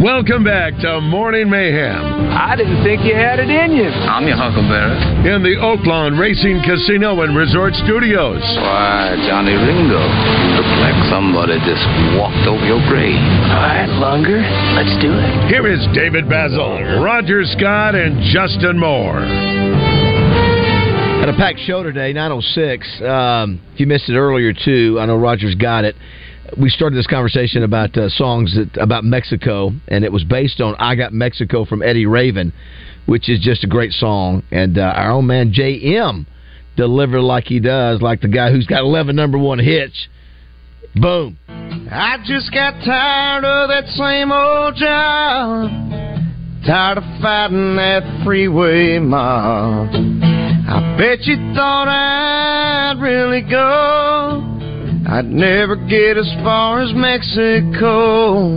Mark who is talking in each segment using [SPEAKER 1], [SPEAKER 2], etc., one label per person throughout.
[SPEAKER 1] Welcome back to Morning Mayhem
[SPEAKER 2] I didn't think you had it in you. I'm your Huckleberry.
[SPEAKER 1] in the Oaklawn Racing Casino and Resort Studios.
[SPEAKER 2] Why, Johnny Ringo, you look like somebody just walked over your grave. All right, Longer, let's do it.
[SPEAKER 1] Here is David Basil, Roger Scott, and Justin Moore.
[SPEAKER 3] Had a packed show today, 906. Um, if you missed it earlier, too, I know Roger's got it. We started this conversation about uh, songs that, about Mexico, and it was based on I Got Mexico from Eddie Raven, which is just a great song. And uh, our own man, J.M., delivered like he does, like the guy who's got 11 number one hits. Boom.
[SPEAKER 4] I just got tired of that same old job. Tired of fighting that freeway mob. I bet you thought I'd really go. I'd never get as far as Mexico.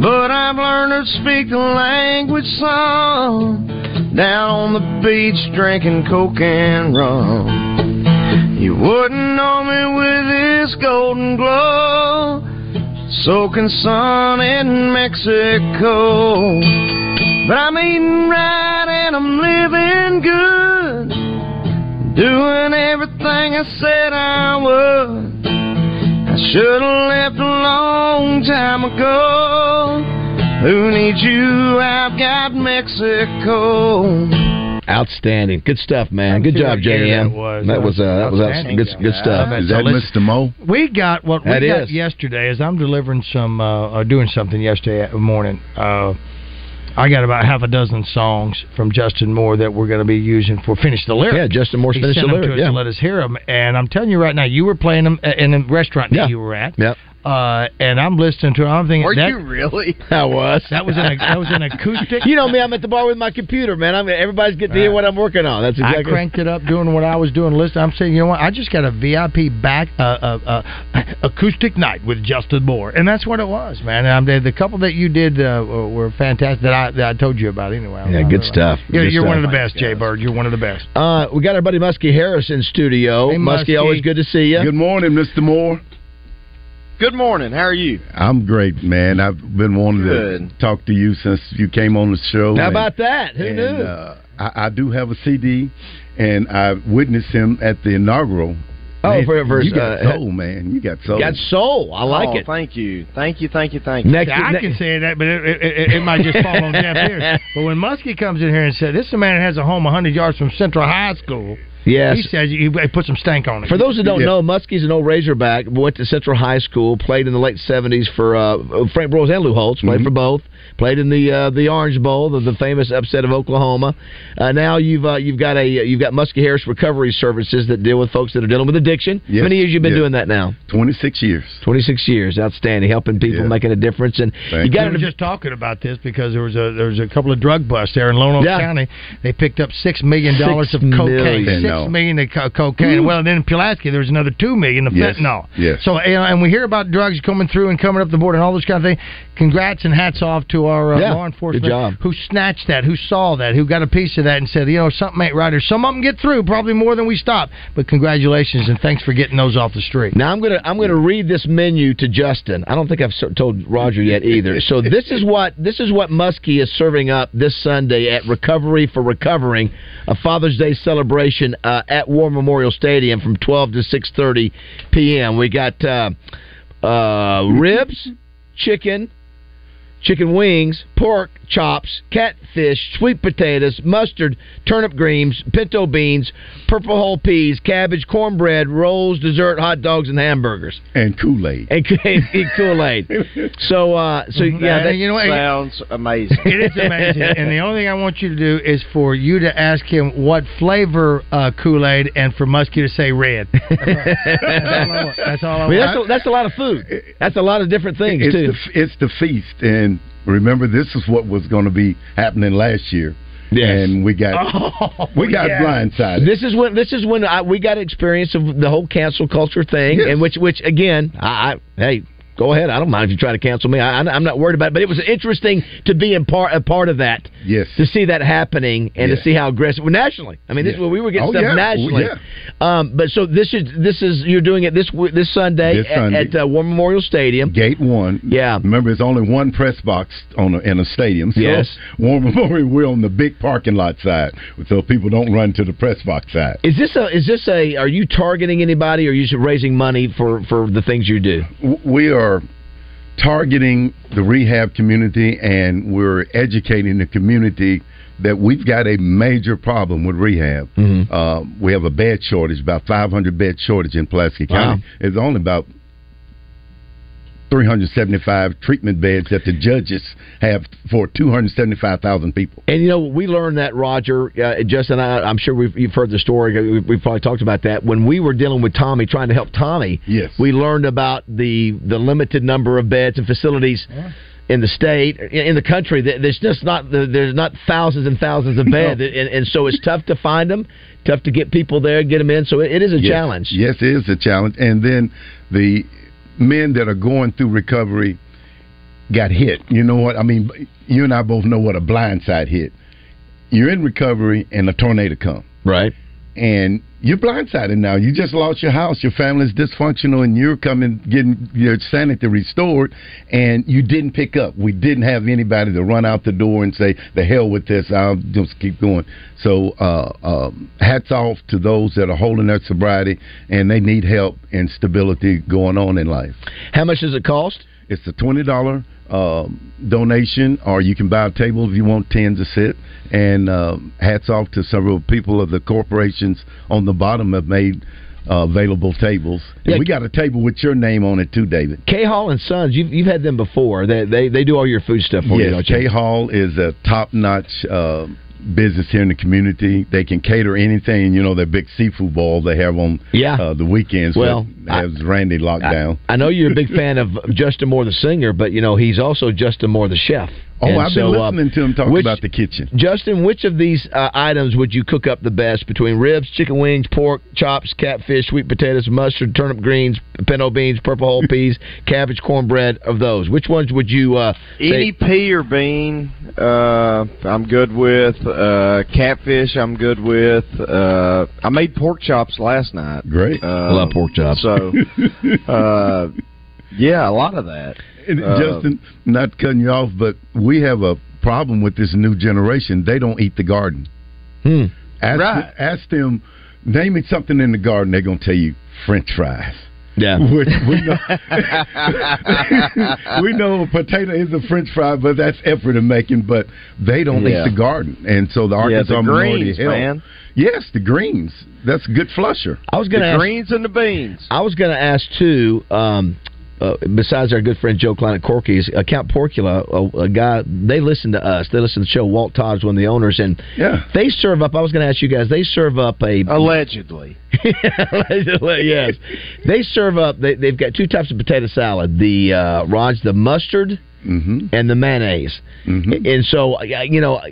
[SPEAKER 4] But I've learned to speak the language some. Down on the beach drinking coke and rum. You wouldn't know me with this golden glow, soaking sun in Mexico. But I'm eating right and I'm living good, doing everything I said I would. I should have left a long time ago. Who needs you? I've got Mexico.
[SPEAKER 3] Outstanding. Good stuff, man. Good job,
[SPEAKER 5] cute
[SPEAKER 3] J.M.
[SPEAKER 5] that was.
[SPEAKER 3] That was, uh, that was
[SPEAKER 5] Outstanding.
[SPEAKER 3] good, good stuff.
[SPEAKER 5] Yeah, Is that so let's-
[SPEAKER 6] Mr. Mo?
[SPEAKER 5] We got what we
[SPEAKER 3] That
[SPEAKER 5] got
[SPEAKER 3] is.
[SPEAKER 5] yesterday. Is I'm delivering some, uh, uh, doing something yesterday morning. Uh, I got about half a dozen songs from Justin Moore that we're going to be using for finish the lyric.
[SPEAKER 3] Yeah, Justin Moore's
[SPEAKER 5] He
[SPEAKER 3] Finish
[SPEAKER 5] sent
[SPEAKER 3] the
[SPEAKER 5] them
[SPEAKER 3] Lyric,
[SPEAKER 5] To us
[SPEAKER 3] yeah.
[SPEAKER 5] to let us hear them. And I'm telling you right now, you were playing them in a restaurant that you were at.
[SPEAKER 3] Yep.
[SPEAKER 5] Uh, and I'm listening to. them. I'm thinking, that,
[SPEAKER 3] really? I was.
[SPEAKER 5] That was an- that was an acoustic.
[SPEAKER 3] you know me. I'm at the bar with my computer, man. I'm everybody's getting to hear what I'm working on. That's exactly.
[SPEAKER 5] I cranked it up doing what I was doing. Listen, I'm saying, you know what? I just got a VIP back uh, uh, uh, acoustic night with Justin Moore, and that's what it was, man. And I'm, the the couple that you did uh, were were fantastic. That I, that I told you about anyway. I
[SPEAKER 3] Yeah,
[SPEAKER 5] don't
[SPEAKER 3] good
[SPEAKER 5] know.
[SPEAKER 3] stuff.
[SPEAKER 5] You're,
[SPEAKER 3] Good
[SPEAKER 5] you're one of
[SPEAKER 3] stuff. Oh
[SPEAKER 5] the best, Jay Bird. You're one of the best.
[SPEAKER 3] Uh, we got our buddy Muskie Harris in studio.
[SPEAKER 5] Hey,
[SPEAKER 3] Muskie,
[SPEAKER 5] Muskie.
[SPEAKER 3] always good to see you.
[SPEAKER 6] Good morning, Mr. Moore.
[SPEAKER 4] Good morning. How are you?
[SPEAKER 6] I'm great, man. I've been wanting to
[SPEAKER 4] Good.
[SPEAKER 6] talk to you since you came on the show.
[SPEAKER 3] How
[SPEAKER 6] and
[SPEAKER 3] about that? Who
[SPEAKER 6] and,
[SPEAKER 3] knew?
[SPEAKER 6] uh, I, I do have a CD, and I witnessed him at the inaugural.
[SPEAKER 3] Oh,
[SPEAKER 6] Man,
[SPEAKER 3] for- for,
[SPEAKER 6] you got
[SPEAKER 3] uh,
[SPEAKER 6] soul, man. You got soul.
[SPEAKER 3] Got soul. I like
[SPEAKER 4] oh,
[SPEAKER 3] it.
[SPEAKER 4] Thank you. Thank you. Thank you. Thank you.
[SPEAKER 5] I can say that, but it, it, it, it might just fall on deaf ears. But when Muskie comes in here and says, "This is a man that has a home 100 yards from Central High School,"
[SPEAKER 3] Yes.
[SPEAKER 5] he says he, he put some stank on it.
[SPEAKER 3] For those that don't
[SPEAKER 5] Yeah.
[SPEAKER 3] know, Muskie's an old Razorback. Went to Central High School. Played in the late seventies for uh, Frank Broyles and Lou Holtz.
[SPEAKER 6] Mm-hmm.
[SPEAKER 3] Played for both. Played in the uh, the Orange Bowl, the, the famous upset of Oklahoma. Uh, now you've uh, you've got a you've got Muskie Harris Recovery Services that deal with folks that are dealing with addiction.
[SPEAKER 6] Yes,
[SPEAKER 3] How many years you've been
[SPEAKER 6] yes.
[SPEAKER 3] doing that now?
[SPEAKER 6] Twenty six years.
[SPEAKER 3] Twenty six years. Outstanding, helping people, making a difference, and you got
[SPEAKER 5] we were
[SPEAKER 3] to
[SPEAKER 5] just talking about this because there was a there was a couple of drug busts there in Lone Oak
[SPEAKER 3] Yeah.
[SPEAKER 5] County. They picked up six million dollars
[SPEAKER 3] Six
[SPEAKER 5] of cocaine,
[SPEAKER 3] million.
[SPEAKER 5] six
[SPEAKER 3] Fentanyl.
[SPEAKER 5] million of co- cocaine.
[SPEAKER 3] Ooh.
[SPEAKER 5] Well, and then in Pulaski there was another two million of
[SPEAKER 6] Yes.
[SPEAKER 5] fentanyl.
[SPEAKER 6] Yes.
[SPEAKER 5] So you know, and we hear about drugs coming through and coming up the board and all this kind of thing. Congrats and hats off to our uh,
[SPEAKER 3] Yeah.
[SPEAKER 5] law enforcement
[SPEAKER 3] Good job.
[SPEAKER 5] who snatched that, who saw that, who got a piece of that and said, you know, something ain't right. Or some of them get through, probably more than we stop. But congratulations and thanks for getting those off the street.
[SPEAKER 3] Now I'm gonna I'm gonna read this menu to Justin. I don't think I've so- told Roger yet either. So this is what this is what Muskie is serving up this Sunday at Recovery for Recovering, a Father's Day celebration uh, at War Memorial Stadium from 12 to 6:30 p.m. We got uh, uh, ribs, chicken, chicken wings, pork chops, catfish, sweet potatoes, mustard, turnip greens, pinto beans, purple whole peas, cabbage, cornbread, rolls, dessert, hot dogs, and hamburgers.
[SPEAKER 6] And Kool Aid.
[SPEAKER 3] And, Kool Aid. so, uh, so yeah, that,
[SPEAKER 4] sounds amazing.
[SPEAKER 5] It is amazing. and the only thing I want you to do is for you to ask him what flavor uh, Kool Aid and for Muskie to say red. Mm-hmm. That's all I
[SPEAKER 3] I mean, that's, a,
[SPEAKER 5] want.
[SPEAKER 3] that's a lot of food. That's a lot of different things
[SPEAKER 6] it's
[SPEAKER 3] too.
[SPEAKER 6] The, it's the feast, and remember, this is what was going to be happening last year. And we got
[SPEAKER 3] Oh.
[SPEAKER 6] we got blindsided.
[SPEAKER 3] This is when this is when I, we got experience of the whole cancel culture thing, and which which again, I, I hey, Go ahead. I don't mind if you try to cancel me. I, I'm not worried about it. But it was interesting to be in part a part of that.
[SPEAKER 6] Yes.
[SPEAKER 3] To see that happening and to see how aggressive well, nationally. I mean, this
[SPEAKER 6] Yeah.
[SPEAKER 3] is where we were getting
[SPEAKER 6] Oh,
[SPEAKER 3] stuff
[SPEAKER 6] yeah.
[SPEAKER 3] nationally.
[SPEAKER 6] Oh,
[SPEAKER 3] Um, but so this is this is you're doing it this w- this Sunday,
[SPEAKER 6] This
[SPEAKER 3] at,
[SPEAKER 6] Sunday.
[SPEAKER 3] at uh, War Memorial Stadium.
[SPEAKER 6] Gate one.
[SPEAKER 3] Yeah.
[SPEAKER 6] Remember, it's only one press box on a, in a stadium. So
[SPEAKER 3] Yes.
[SPEAKER 6] War Memorial, we're on the big parking lot side, so people don't run to the press box side.
[SPEAKER 3] Is this a is this a are you targeting anybody or are you just raising money for for the things you do?
[SPEAKER 6] W- We are targeting the rehab community, and we're educating the community that we've got a major problem with rehab. Uh, we have a bed shortage, about 500 bed shortage in Pulaski County. It's only about 375 treatment beds that the judges have for 275,000 people.
[SPEAKER 3] And you know we learned that Roger, uh, Justin. I, I'm sure we've, you've heard the story. We've, we've probably talked about that when we were dealing with Tommy, trying to help Tommy.
[SPEAKER 6] Yes.
[SPEAKER 3] we learned about the the limited number of beds and facilities. In the state, in in the country, There- there's just not there's not thousands and thousands of beds, and, and so it's tough to find them, tough to get people there, get them in. So it, it is a
[SPEAKER 6] Yes.
[SPEAKER 3] challenge.
[SPEAKER 6] Yes, it is a challenge. And then the men that are going through recovery got hit. You know what? I mean, you and I both know what a blindside hit. You're in recovery and a tornado comes.
[SPEAKER 3] Right.
[SPEAKER 6] And you're blindsided now. You just lost your house. Your family's dysfunctional, and you're coming getting your sanity restored. And you didn't pick up. We didn't have anybody to run out the door and say, "The hell with this. I'll just keep going." So, uh, um, hats off to those that are holding their sobriety and they need help and stability going on in life.
[SPEAKER 3] How much does it cost?
[SPEAKER 6] It's a twenty dollar um, donation, or you can buy a table if you want ten to sit. And um, hats off to several people of the corporations on the bottom have made uh, available tables. And we got a table with your name on it too, David.
[SPEAKER 3] K Hall and Sons, you've you've had them before. They they, they do all your food stuff for you,
[SPEAKER 6] Yes,
[SPEAKER 3] don't you?
[SPEAKER 6] K Hall is a top notch. Uh, Business here in the community, they can cater anything. You know their big seafood ball they have on
[SPEAKER 3] Yeah.
[SPEAKER 6] uh, the weekends.
[SPEAKER 3] Well,
[SPEAKER 6] that has Randy locked down.
[SPEAKER 3] I know you're a big fan of Justin Moore the singer, but you know he's also Justin Moore the chef.
[SPEAKER 6] Oh,
[SPEAKER 3] And
[SPEAKER 6] I've
[SPEAKER 3] so,
[SPEAKER 6] been
[SPEAKER 3] uh,
[SPEAKER 6] listening to him talk
[SPEAKER 3] which-
[SPEAKER 6] about the kitchen.
[SPEAKER 3] Justin, which of these uh, items would you cook up the best between ribs, chicken wings, pork, chops, catfish, sweet potatoes, mustard, turnip greens, pinto beans, purple whole peas, cabbage, cornbread? Of those, which ones would you uh,
[SPEAKER 7] Any
[SPEAKER 3] say?
[SPEAKER 7] pea E or bean, uh, I'm good with. Uh, catfish, I'm good with. Uh, I made pork chops last night.
[SPEAKER 6] Great.
[SPEAKER 7] Uh,
[SPEAKER 3] Love pork chops.
[SPEAKER 7] So, uh, yeah, a lot of that.
[SPEAKER 6] And
[SPEAKER 7] Uh,
[SPEAKER 6] Justin, not cutting you off, but we have a problem with this new generation. They don't eat the garden.
[SPEAKER 3] Hmm.
[SPEAKER 6] Ask,
[SPEAKER 7] Right.
[SPEAKER 6] ask them, name me something in the garden. They're gonna tell you French fries.
[SPEAKER 3] Yeah.
[SPEAKER 6] Which we know, we know potato is a French fry, but that's effort in making. But they don't
[SPEAKER 7] Yeah.
[SPEAKER 6] eat the garden, and so the
[SPEAKER 7] Yeah,
[SPEAKER 6] Arkansas
[SPEAKER 7] the
[SPEAKER 6] Minority
[SPEAKER 7] greens,
[SPEAKER 6] Health-
[SPEAKER 7] man.
[SPEAKER 6] Yes, the greens. That's a good flusher.
[SPEAKER 3] I was
[SPEAKER 7] The
[SPEAKER 3] going to ask.
[SPEAKER 7] greens and the beans.
[SPEAKER 3] I was going to ask too. Um, uh, besides our good friend Joe Klein at Corky's, uh, Count Porcula, uh, a, a guy, they listen to us. They listen to the show. Walt Todd's one of the owners, and
[SPEAKER 6] Yeah.
[SPEAKER 3] they serve up. I was going to ask you guys. They serve up a
[SPEAKER 7] Allegedly.
[SPEAKER 3] yes. They serve up. They, they've got two types of potato salad. The uh, Raj, the mustard.
[SPEAKER 5] Mm-hmm.
[SPEAKER 3] And the mayonnaise, and so uh, you know,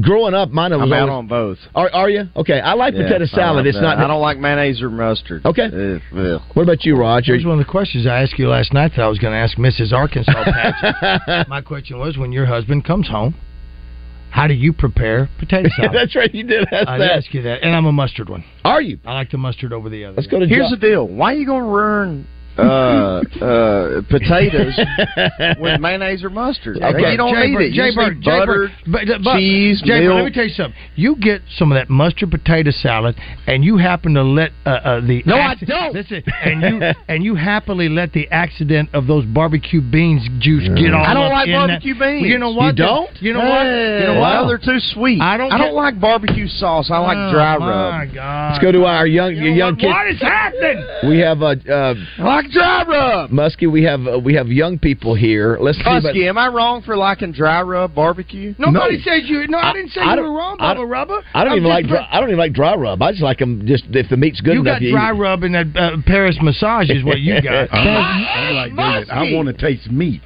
[SPEAKER 3] growing up, mine was
[SPEAKER 7] I'm out
[SPEAKER 3] always-
[SPEAKER 7] on both.
[SPEAKER 3] Are, are you okay? I like
[SPEAKER 7] Yeah,
[SPEAKER 3] potato
[SPEAKER 7] I
[SPEAKER 3] salad.
[SPEAKER 7] love
[SPEAKER 3] It's
[SPEAKER 7] that.
[SPEAKER 3] not.
[SPEAKER 7] I don't like mayonnaise or mustard.
[SPEAKER 3] Okay.
[SPEAKER 7] Eh, ugh.
[SPEAKER 3] What about you, Roger?
[SPEAKER 5] That was one of the questions I asked you last night that I was going to ask Mrs. Arkansas Pageant. My question was when your husband comes home, how do you prepare potato salad?
[SPEAKER 3] That's right. You did ask
[SPEAKER 5] I did
[SPEAKER 3] that.
[SPEAKER 5] ask you that, and I'm a mustard one.
[SPEAKER 3] Are you?
[SPEAKER 5] I like the mustard over the other.
[SPEAKER 3] Let's go to
[SPEAKER 7] Here's
[SPEAKER 3] Jo-
[SPEAKER 7] the deal. Why are you going to ruin uh, uh, potatoes with mayonnaise or mustard? I mean,
[SPEAKER 3] Okay.
[SPEAKER 7] you don't
[SPEAKER 5] Jay
[SPEAKER 7] need
[SPEAKER 5] Bird,
[SPEAKER 7] it. You
[SPEAKER 5] Jay
[SPEAKER 7] just
[SPEAKER 5] Bird,
[SPEAKER 7] need
[SPEAKER 5] Jay
[SPEAKER 7] butter,
[SPEAKER 5] Bird, but- but-
[SPEAKER 7] cheese,
[SPEAKER 5] Jay Bird, let me
[SPEAKER 7] milk.
[SPEAKER 5] tell you something. You get some of that mustard potato salad, and you happen to let uh, uh, the
[SPEAKER 3] No, I
[SPEAKER 5] acci-
[SPEAKER 3] don't.
[SPEAKER 5] Listen, and you and you happily let the accident of those barbecue beans juice get all.
[SPEAKER 7] I don't
[SPEAKER 5] up
[SPEAKER 7] like
[SPEAKER 5] in that-
[SPEAKER 7] barbecue beans.
[SPEAKER 5] You know what?
[SPEAKER 3] You don't?
[SPEAKER 5] You know what? You know what?
[SPEAKER 7] Eh, well, they're too sweet.
[SPEAKER 5] I don't
[SPEAKER 7] I
[SPEAKER 5] get-
[SPEAKER 7] don't like barbecue sauce. I like
[SPEAKER 5] Oh,
[SPEAKER 7] dry
[SPEAKER 5] my
[SPEAKER 7] rub.
[SPEAKER 5] God.
[SPEAKER 3] Let's go to uh, our young
[SPEAKER 5] You know
[SPEAKER 3] young
[SPEAKER 5] what?
[SPEAKER 3] kids.
[SPEAKER 5] What is happening?
[SPEAKER 3] We have uh, uh,
[SPEAKER 7] I like dry rub.
[SPEAKER 3] Muskie. We have uh, we have young people here. Let's see. about-
[SPEAKER 7] Husky, am I wrong for liking dry rub barbecue?
[SPEAKER 5] Nobody says you. No, I,
[SPEAKER 3] I-
[SPEAKER 5] didn't say
[SPEAKER 3] I
[SPEAKER 5] you
[SPEAKER 3] don't-
[SPEAKER 5] were wrong,
[SPEAKER 3] I
[SPEAKER 5] Bubba
[SPEAKER 3] don't-
[SPEAKER 5] Rubber.
[SPEAKER 3] I don't
[SPEAKER 5] I'm
[SPEAKER 3] even
[SPEAKER 5] just
[SPEAKER 3] like
[SPEAKER 5] pre-
[SPEAKER 3] dry, I don't even like dry rub. I just like them just if the meat's good
[SPEAKER 5] You
[SPEAKER 3] enough.
[SPEAKER 5] got
[SPEAKER 3] you eat
[SPEAKER 5] dry
[SPEAKER 3] it.
[SPEAKER 5] rub and that uh, Paris massage is what you got.
[SPEAKER 6] Uh-huh. I'm, I'm like, David, I want to taste meat.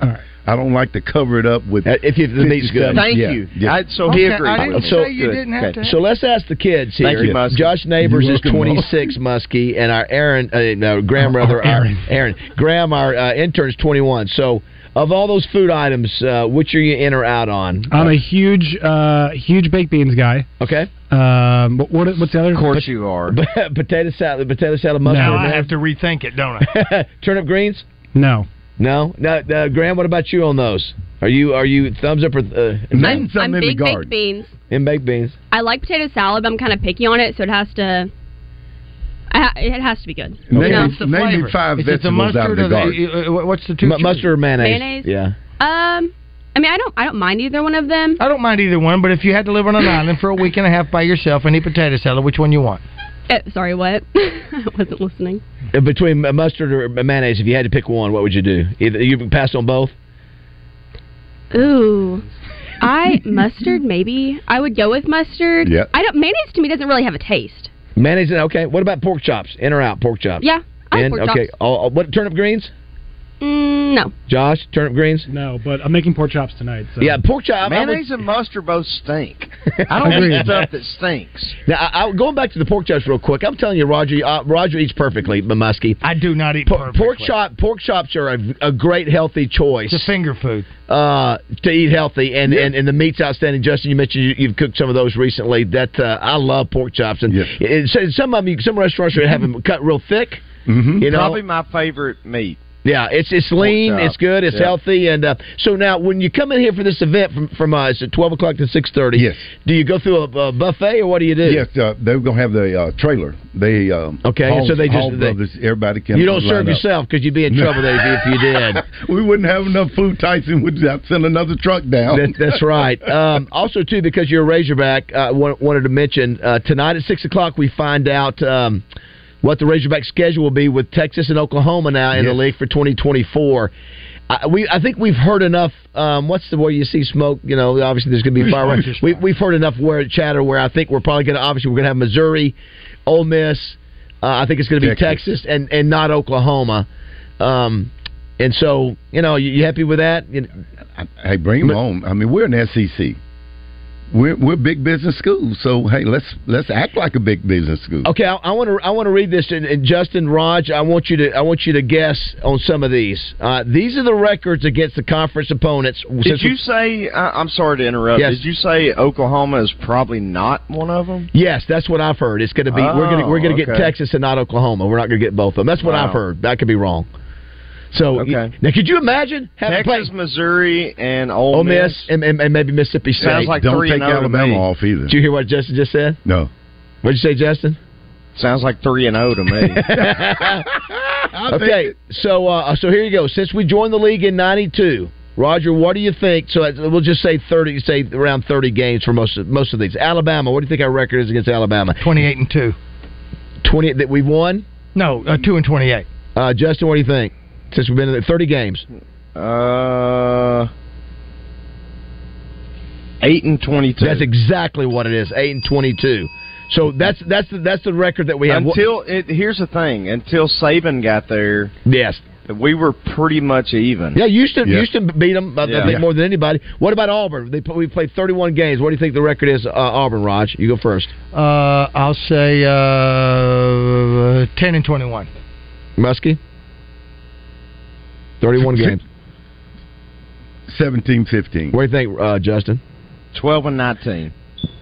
[SPEAKER 6] I don't like to cover it up with.
[SPEAKER 3] Uh, If you,
[SPEAKER 6] the
[SPEAKER 3] meat's good. Thank you. I- so he Okay, agrees. I didn't So- say you didn't have to. so let's ask the kids here.
[SPEAKER 5] Thank you, Muskie. Oh,
[SPEAKER 3] Josh Neighbors
[SPEAKER 5] You're
[SPEAKER 3] is
[SPEAKER 5] welcome,
[SPEAKER 3] 26, Muskie, and our Aaron, uh, no, Graham, rather, Aaron, Aaron, Graham, our uh, intern's 21. So, of all those food items, uh, which are you in or out on?
[SPEAKER 8] I'm a huge, uh, huge baked beans guy.
[SPEAKER 3] Okay.
[SPEAKER 8] Um, but what, what's the other? Of
[SPEAKER 3] course
[SPEAKER 8] you are.
[SPEAKER 3] potato salad, potato salad, mustard.
[SPEAKER 8] Now I
[SPEAKER 3] man.
[SPEAKER 8] have to rethink it, don't I?
[SPEAKER 3] Turnip greens?
[SPEAKER 8] No.
[SPEAKER 3] No? No, uh, Graham, what about you on those? Are you are you thumbs up or uh,
[SPEAKER 9] I'm, I'm big baked beans.
[SPEAKER 3] In baked beans.
[SPEAKER 9] I like potato salad, but I'm kind of picky on it, so it has to. I ha- it has to be good.
[SPEAKER 6] Name,
[SPEAKER 9] You know?
[SPEAKER 6] name me five
[SPEAKER 5] Is it the
[SPEAKER 6] vegetables out of
[SPEAKER 5] mustard
[SPEAKER 6] the
[SPEAKER 5] or the-
[SPEAKER 6] garden.
[SPEAKER 5] uh, what's the two?
[SPEAKER 3] mustard or
[SPEAKER 9] Mayonnaise?
[SPEAKER 3] mayonnaise? Yeah.
[SPEAKER 9] Um, I mean, I don't, I don't mind either one of them.
[SPEAKER 5] I don't mind either one, but if you had to live on an island for a week and a half by yourself and eat potato salad, which one you want?
[SPEAKER 9] Eh, sorry, what? I wasn't listening.
[SPEAKER 3] Uh, Between uh, mustard or mayonnaise, if you had to pick one, what would you do? Either you passed on both.
[SPEAKER 9] Ooh, I mustard maybe. I would go with mustard.
[SPEAKER 3] Yep.
[SPEAKER 9] I don't mayonnaise to me doesn't really have a taste.
[SPEAKER 3] Mayonnaise, and- okay. What about pork chops? In or out? Pork chops?
[SPEAKER 9] Yeah, I like
[SPEAKER 3] In?
[SPEAKER 9] pork
[SPEAKER 3] Uh, okay.
[SPEAKER 9] chops.
[SPEAKER 3] All, all- what turnip greens?
[SPEAKER 9] Mm, no.
[SPEAKER 3] Josh, turnip greens.
[SPEAKER 8] No, but I'm making pork chops tonight. So.
[SPEAKER 3] Yeah, pork chop. I would-
[SPEAKER 7] Mayonnaise and mustard both stink. I don't
[SPEAKER 3] Agreed.
[SPEAKER 7] eat stuff that stinks.
[SPEAKER 3] Now, I, I, going back to the pork chops real quick, I'm telling you, Roger, uh, Roger eats perfectly, Muskie.
[SPEAKER 5] I do not eat
[SPEAKER 3] pork chop. Pork chops are a, a great healthy choice. It's
[SPEAKER 5] a finger food
[SPEAKER 3] uh, to eat healthy, and, and and the meat's outstanding. Justin, you mentioned you, you've cooked some of those recently. That uh, I love pork chops, and it- it- some of them, you- some restaurants are having them cut real thick.
[SPEAKER 5] Hmm?
[SPEAKER 3] Mm-hmm. You know,
[SPEAKER 7] Probably my favorite meat.
[SPEAKER 3] yeah, it's it's lean,
[SPEAKER 7] chop.
[SPEAKER 3] it's good, it's
[SPEAKER 7] Yeah.
[SPEAKER 3] healthy, and uh, so now when you come in here for this event from from uh, it's at twelve o'clock to six thirty. Yes. Do you go through a, a buffet or what do you do?
[SPEAKER 6] Yes, uh, they're gonna have the uh, trailer. They um,
[SPEAKER 3] Okay,
[SPEAKER 6] Hall,
[SPEAKER 3] so they just-
[SPEAKER 6] Hall
[SPEAKER 3] they-
[SPEAKER 6] brothers, everybody can.
[SPEAKER 3] You don't
[SPEAKER 6] line
[SPEAKER 3] serve
[SPEAKER 6] up.
[SPEAKER 3] yourself because you'd be in trouble there if you- if you did.
[SPEAKER 6] we wouldn't have enough food. Tyson would have send another truck down.
[SPEAKER 3] That, that's right. Um, also, too, because you're a Razorback, I wa- wanted to mention uh, tonight at six o'clock we find out um, what the Razorback schedule will be with Texas and Oklahoma now in the league for 2024. I, we, I think we've heard enough. Um, what's the where you see smoke? You know, obviously there's going to be
[SPEAKER 5] There's
[SPEAKER 3] fireworks.
[SPEAKER 5] smoke,
[SPEAKER 3] We, we've heard enough where chatter where I think we're probably going to obviously we're going to have Missouri, Ole Miss. Uh, I think it's going to be Texas. and and not Oklahoma. Um, and so you know, you, you happy with that? You know,
[SPEAKER 6] Hey, bring them home. I mean, we're an SEC. We're we're big business school. So hey, let's let's act like a big business school.
[SPEAKER 3] Okay, I want to I want to read this, and, and Justin Raj, I want you to I want you to guess on some of these. Uh, these are the records against the conference opponents.
[SPEAKER 7] Did
[SPEAKER 3] Since-
[SPEAKER 7] you say? I, I'm sorry to interrupt.
[SPEAKER 3] Yes.
[SPEAKER 7] Did you say Oklahoma is probably not one of them?
[SPEAKER 3] Yes, that's what I've heard. It's going to be we're going to
[SPEAKER 7] Oh,
[SPEAKER 3] we're going to get
[SPEAKER 7] okay.
[SPEAKER 3] Texas and not Oklahoma. We're not going to get both of them. That's what
[SPEAKER 7] Wow.
[SPEAKER 3] I've heard. I could be wrong. So okay. now, could you imagine having
[SPEAKER 7] Texas, Missouri, and Ole,
[SPEAKER 3] Ole Miss and, and, and maybe Mississippi State?
[SPEAKER 7] Sounds like Don't three and take oh to Alabama me. off
[SPEAKER 6] either.
[SPEAKER 3] Did you hear what Justin just said?
[SPEAKER 6] No.
[SPEAKER 3] What did you say, Justin?
[SPEAKER 7] Sounds like three and zero to me.
[SPEAKER 3] okay, so uh, so here you go. Since we joined the league in '92, Roger, what do you think? So uh, we'll just say thirty, say around thirty games for most of, most of these. Alabama, what do you think our record is against Alabama?
[SPEAKER 5] Twenty-eight and two.
[SPEAKER 3] Twenty that we won.
[SPEAKER 5] No, uh, two and twenty-eight.
[SPEAKER 3] Uh, Justin, what do you think? Since we've been in it, thirty games,
[SPEAKER 7] uh, eight and twenty-two.
[SPEAKER 3] that's exactly what it is. Eight and twenty-two. So that's that's the, that's the record that we have.
[SPEAKER 7] Uh, until it, here's the thing. Until Saban got there,
[SPEAKER 3] yes,
[SPEAKER 7] we were pretty much even.
[SPEAKER 3] yeah, Houston
[SPEAKER 7] Yeah.
[SPEAKER 3] Houston beat them I
[SPEAKER 7] Yeah.
[SPEAKER 3] think
[SPEAKER 7] Yeah.
[SPEAKER 3] more than anybody. What about Auburn? They put, we played thirty-one games. What do you think the record is? Uh, Auburn, Raj, you go first.
[SPEAKER 5] Uh, I'll say uh, ten and twenty-one.
[SPEAKER 3] Muskie? 31 games.
[SPEAKER 6] 17 15.
[SPEAKER 3] What do you think, uh, Justin?
[SPEAKER 7] 12 and 19.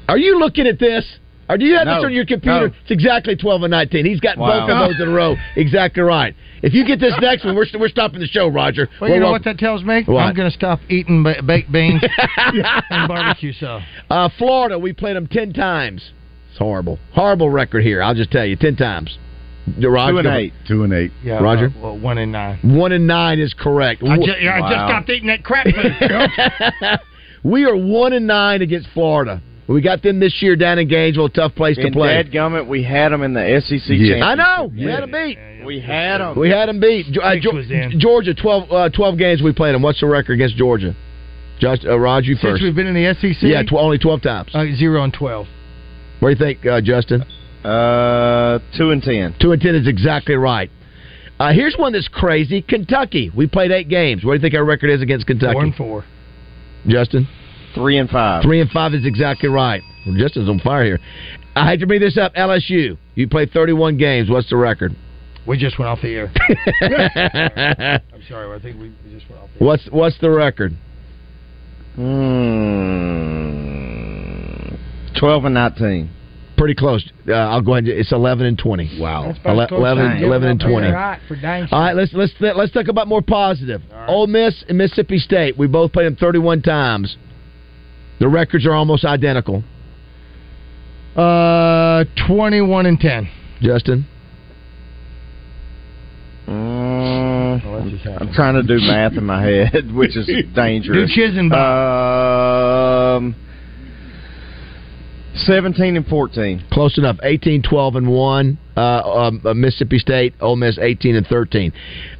[SPEAKER 3] Are you looking at this? Or do you have this
[SPEAKER 7] No,
[SPEAKER 3] on your computer?
[SPEAKER 7] no.
[SPEAKER 3] It's exactly 12 and 19. He's got
[SPEAKER 7] Wow.
[SPEAKER 3] both of those in a row. Exactly right. If you get this next one, we're, st- we're stopping the show, Roger.
[SPEAKER 5] Well,
[SPEAKER 3] We're
[SPEAKER 5] you know
[SPEAKER 3] welcome-
[SPEAKER 5] what that tells me?
[SPEAKER 3] What?
[SPEAKER 5] I'm going to stop eating ba- baked beans and barbecue sauce.
[SPEAKER 3] uh, Florida, we played them 10 times. It's horrible. Horrible record here. I'll just tell you 10 times. Roger,
[SPEAKER 5] Two and
[SPEAKER 3] go ahead.
[SPEAKER 5] eight.
[SPEAKER 6] Two and eight.
[SPEAKER 5] Yeah,
[SPEAKER 3] Roger?
[SPEAKER 5] uh, well, one and nine.
[SPEAKER 3] One and nine is correct.
[SPEAKER 5] I, ju-
[SPEAKER 3] Wha-
[SPEAKER 5] yeah, I just stopped eating that crap food.
[SPEAKER 3] we are one and nine against Florida. We got them this year down in Gainesville, tough place to
[SPEAKER 7] And
[SPEAKER 3] play.
[SPEAKER 7] dadgummit, we had them in the SEC championship.
[SPEAKER 3] I know. We had 'em beat.
[SPEAKER 7] We had them.
[SPEAKER 3] We had them beat. Ge- uh,
[SPEAKER 7] Six
[SPEAKER 3] Ge-
[SPEAKER 7] was in.
[SPEAKER 3] Georgia, 12, uh, 12 games we played them. What's the record against Georgia? Josh, uh, Rod, you
[SPEAKER 5] Since
[SPEAKER 3] first.
[SPEAKER 5] we've been in the SEC,
[SPEAKER 3] Yeah, tw- only 12 times.
[SPEAKER 5] uh, zero and twelve.
[SPEAKER 3] What do you think, uh, Justin?
[SPEAKER 7] Uh, two and ten.
[SPEAKER 3] Two and ten is exactly right. Uh, here's one that's crazy. Kentucky. We played eight games. What do you think our record is against Kentucky?
[SPEAKER 8] Four and four.
[SPEAKER 3] Justin?
[SPEAKER 7] Three and five.
[SPEAKER 3] Three and five is exactly right. Well, Justin's on fire here. I hate to bring this up. LSU. You played 31 games. What's the record?
[SPEAKER 5] We just went off the air. I'm sorry. I think we we just went off.
[SPEAKER 3] What's what's the record?
[SPEAKER 7] Hmm. 12 and 19.
[SPEAKER 3] Pretty close. Uh, I'll go ahead. And, it's 11 and 20. Wow.
[SPEAKER 7] about as close as
[SPEAKER 3] 11,
[SPEAKER 7] I can
[SPEAKER 3] 11 and
[SPEAKER 7] get.
[SPEAKER 3] 20.
[SPEAKER 7] All right,
[SPEAKER 5] for dang
[SPEAKER 3] All right, let's let's let's talk about more positive. Ole Miss and Mississippi State. We both played them 31 times. The records are almost identical.
[SPEAKER 5] Uh, 21 and 10.
[SPEAKER 3] Justin.
[SPEAKER 7] Mm. I'm trying to do math in my head, which is dangerous. Uh,
[SPEAKER 5] Do
[SPEAKER 7] Um, 17 and 14.
[SPEAKER 3] Close enough. 18, 12, and 1. Uh, um, uh, Mississippi State, Ole Miss, 18 and 13.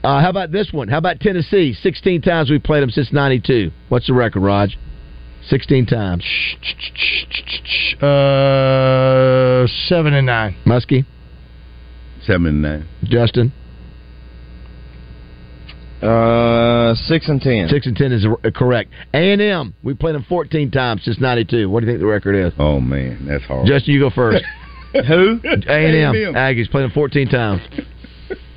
[SPEAKER 3] Uh, how about this one? How about Tennessee? 16 times we played them since 92. What's the record, Raj? 16 times.
[SPEAKER 5] Uh, 7 and 9.
[SPEAKER 3] Muskie?
[SPEAKER 6] 7 and 9.
[SPEAKER 3] Justin?
[SPEAKER 7] Uh, 6 and 10.
[SPEAKER 3] 6 and 10 is uh, correct. A&M, we played them 14 times since 92. What do you think the record is?
[SPEAKER 6] Oh, man, that's hard.
[SPEAKER 3] Justin, you go first.
[SPEAKER 7] Who?
[SPEAKER 3] A&M. Aggies, played them 14 times.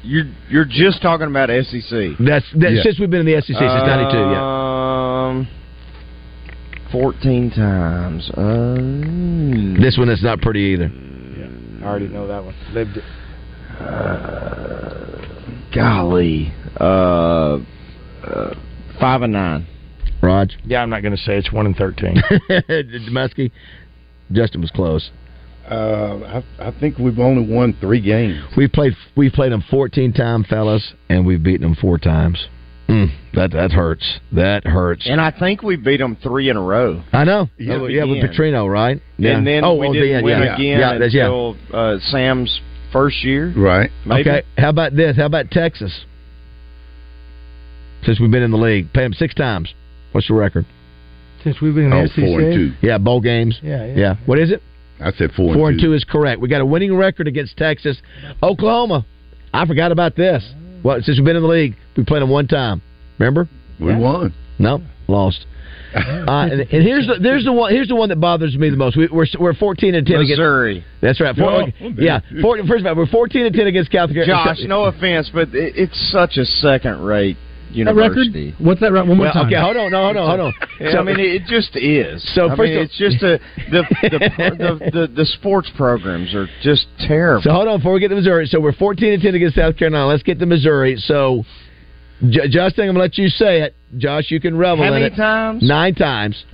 [SPEAKER 7] You're, you're just talking about E SEC.
[SPEAKER 3] That's, that's Since we've been in the SEC since 92, yeah.
[SPEAKER 7] Um, 14 times. Uh,
[SPEAKER 3] This one is not pretty either.
[SPEAKER 4] I already know that one. Lived it.
[SPEAKER 7] golly. Uh, uh, 5 and 9.
[SPEAKER 3] Raj?
[SPEAKER 5] Yeah, I'm not going to say it's 1 and 13.
[SPEAKER 3] Muskie? Justin was close.
[SPEAKER 6] Uh, I, I think we've only won three games.
[SPEAKER 3] We played we played them 14 times, fellas, and we've beaten them four times. Mm, that that hurts. That hurts.
[SPEAKER 7] And I think we beat them three in a row.
[SPEAKER 3] I know.
[SPEAKER 7] Yeah,
[SPEAKER 3] Oh, yeah, with
[SPEAKER 7] again.
[SPEAKER 3] Petrino, right? Yeah.
[SPEAKER 7] And then
[SPEAKER 3] oh,
[SPEAKER 7] we
[SPEAKER 3] oh,
[SPEAKER 7] didn't
[SPEAKER 3] the end,
[SPEAKER 7] win
[SPEAKER 3] yeah.
[SPEAKER 7] again
[SPEAKER 3] Yeah, that's, yeah.
[SPEAKER 7] until uh, Sam's first year.
[SPEAKER 6] Right.
[SPEAKER 7] Maybe.
[SPEAKER 3] Okay. How about this? How about Texas? Since we've been in the league, played them six times. What's the record?
[SPEAKER 5] Since we've been in the E
[SPEAKER 6] Oh, four and SEC?
[SPEAKER 3] Yeah, bowl games.
[SPEAKER 5] Yeah, yeah.
[SPEAKER 3] What is it?
[SPEAKER 6] I said 4
[SPEAKER 3] Four and
[SPEAKER 6] and 2.
[SPEAKER 3] two is correct. We got a winning record against Texas, Oklahoma. I forgot about this. Well, since we've been in the league, we played them one time. Remember?
[SPEAKER 6] We won.
[SPEAKER 3] No, lost. uh, and, and here's the there's the one here's the one that bothers me the most. We, we're we're 14 and 10 against
[SPEAKER 7] Missouri.
[SPEAKER 3] That's right. Four,
[SPEAKER 7] No,
[SPEAKER 3] okay.
[SPEAKER 7] I'm bad.
[SPEAKER 3] yeah. Four, first of all, we're 14 and 10 against South Carolina.
[SPEAKER 7] Josh, no offense, but it, it's such a second-rate university.
[SPEAKER 8] What's that? Right, one more
[SPEAKER 7] Well,
[SPEAKER 8] time.
[SPEAKER 7] okay,
[SPEAKER 3] hold on, no, hold on, hold on.
[SPEAKER 7] Yeah, I mean, it just is.
[SPEAKER 3] So
[SPEAKER 7] I
[SPEAKER 3] first
[SPEAKER 7] mean,
[SPEAKER 3] of-
[SPEAKER 7] it's just a, the, the, the the the sports programs are just terrible.
[SPEAKER 3] So hold on before we get to Missouri. So we're 14 and 10 against South Carolina. Let's get to Missouri. So, J- Justin, I'm gonna let you say it. Josh, you can revel in
[SPEAKER 7] How many
[SPEAKER 3] it.
[SPEAKER 7] times?
[SPEAKER 3] Nine times.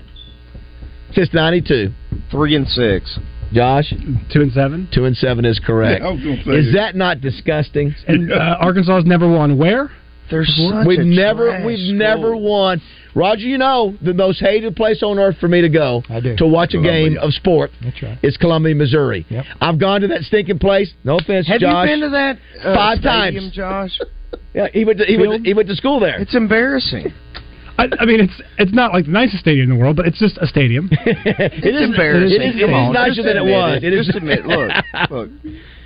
[SPEAKER 3] Since 92.
[SPEAKER 7] Three and six.
[SPEAKER 3] Josh.
[SPEAKER 8] Two and seven.
[SPEAKER 3] Two and seven is correct.
[SPEAKER 8] Yeah, I was gonna say
[SPEAKER 3] is
[SPEAKER 8] it.
[SPEAKER 3] that not disgusting?
[SPEAKER 8] And uh, Arkansas has never won. Where?
[SPEAKER 7] There's
[SPEAKER 3] we've never we've never won. Roger, you know the most hated place on earth for me to go to watch a game of sport.
[SPEAKER 5] That's right.
[SPEAKER 3] is Columbia, Missouri.
[SPEAKER 5] Yep.
[SPEAKER 3] I've gone to that stinking place. No offense,
[SPEAKER 7] Have
[SPEAKER 3] Josh.
[SPEAKER 7] you been to that uh,
[SPEAKER 3] Five
[SPEAKER 7] stadium,
[SPEAKER 3] times.
[SPEAKER 7] Josh?
[SPEAKER 3] Yeah, he went to, he went,
[SPEAKER 8] Field?
[SPEAKER 3] to, he went to school there.
[SPEAKER 7] It's embarrassing.
[SPEAKER 8] I, I mean, it's it's not like the nicest stadium in the world, but it's just a stadium.
[SPEAKER 3] it
[SPEAKER 7] It's
[SPEAKER 8] is-
[SPEAKER 7] embarrassing.
[SPEAKER 8] it is- it
[SPEAKER 7] Come
[SPEAKER 8] is
[SPEAKER 7] on,
[SPEAKER 8] nicer
[SPEAKER 7] just
[SPEAKER 8] than it
[SPEAKER 7] admit
[SPEAKER 8] was. It is-
[SPEAKER 7] just admit. Look, look.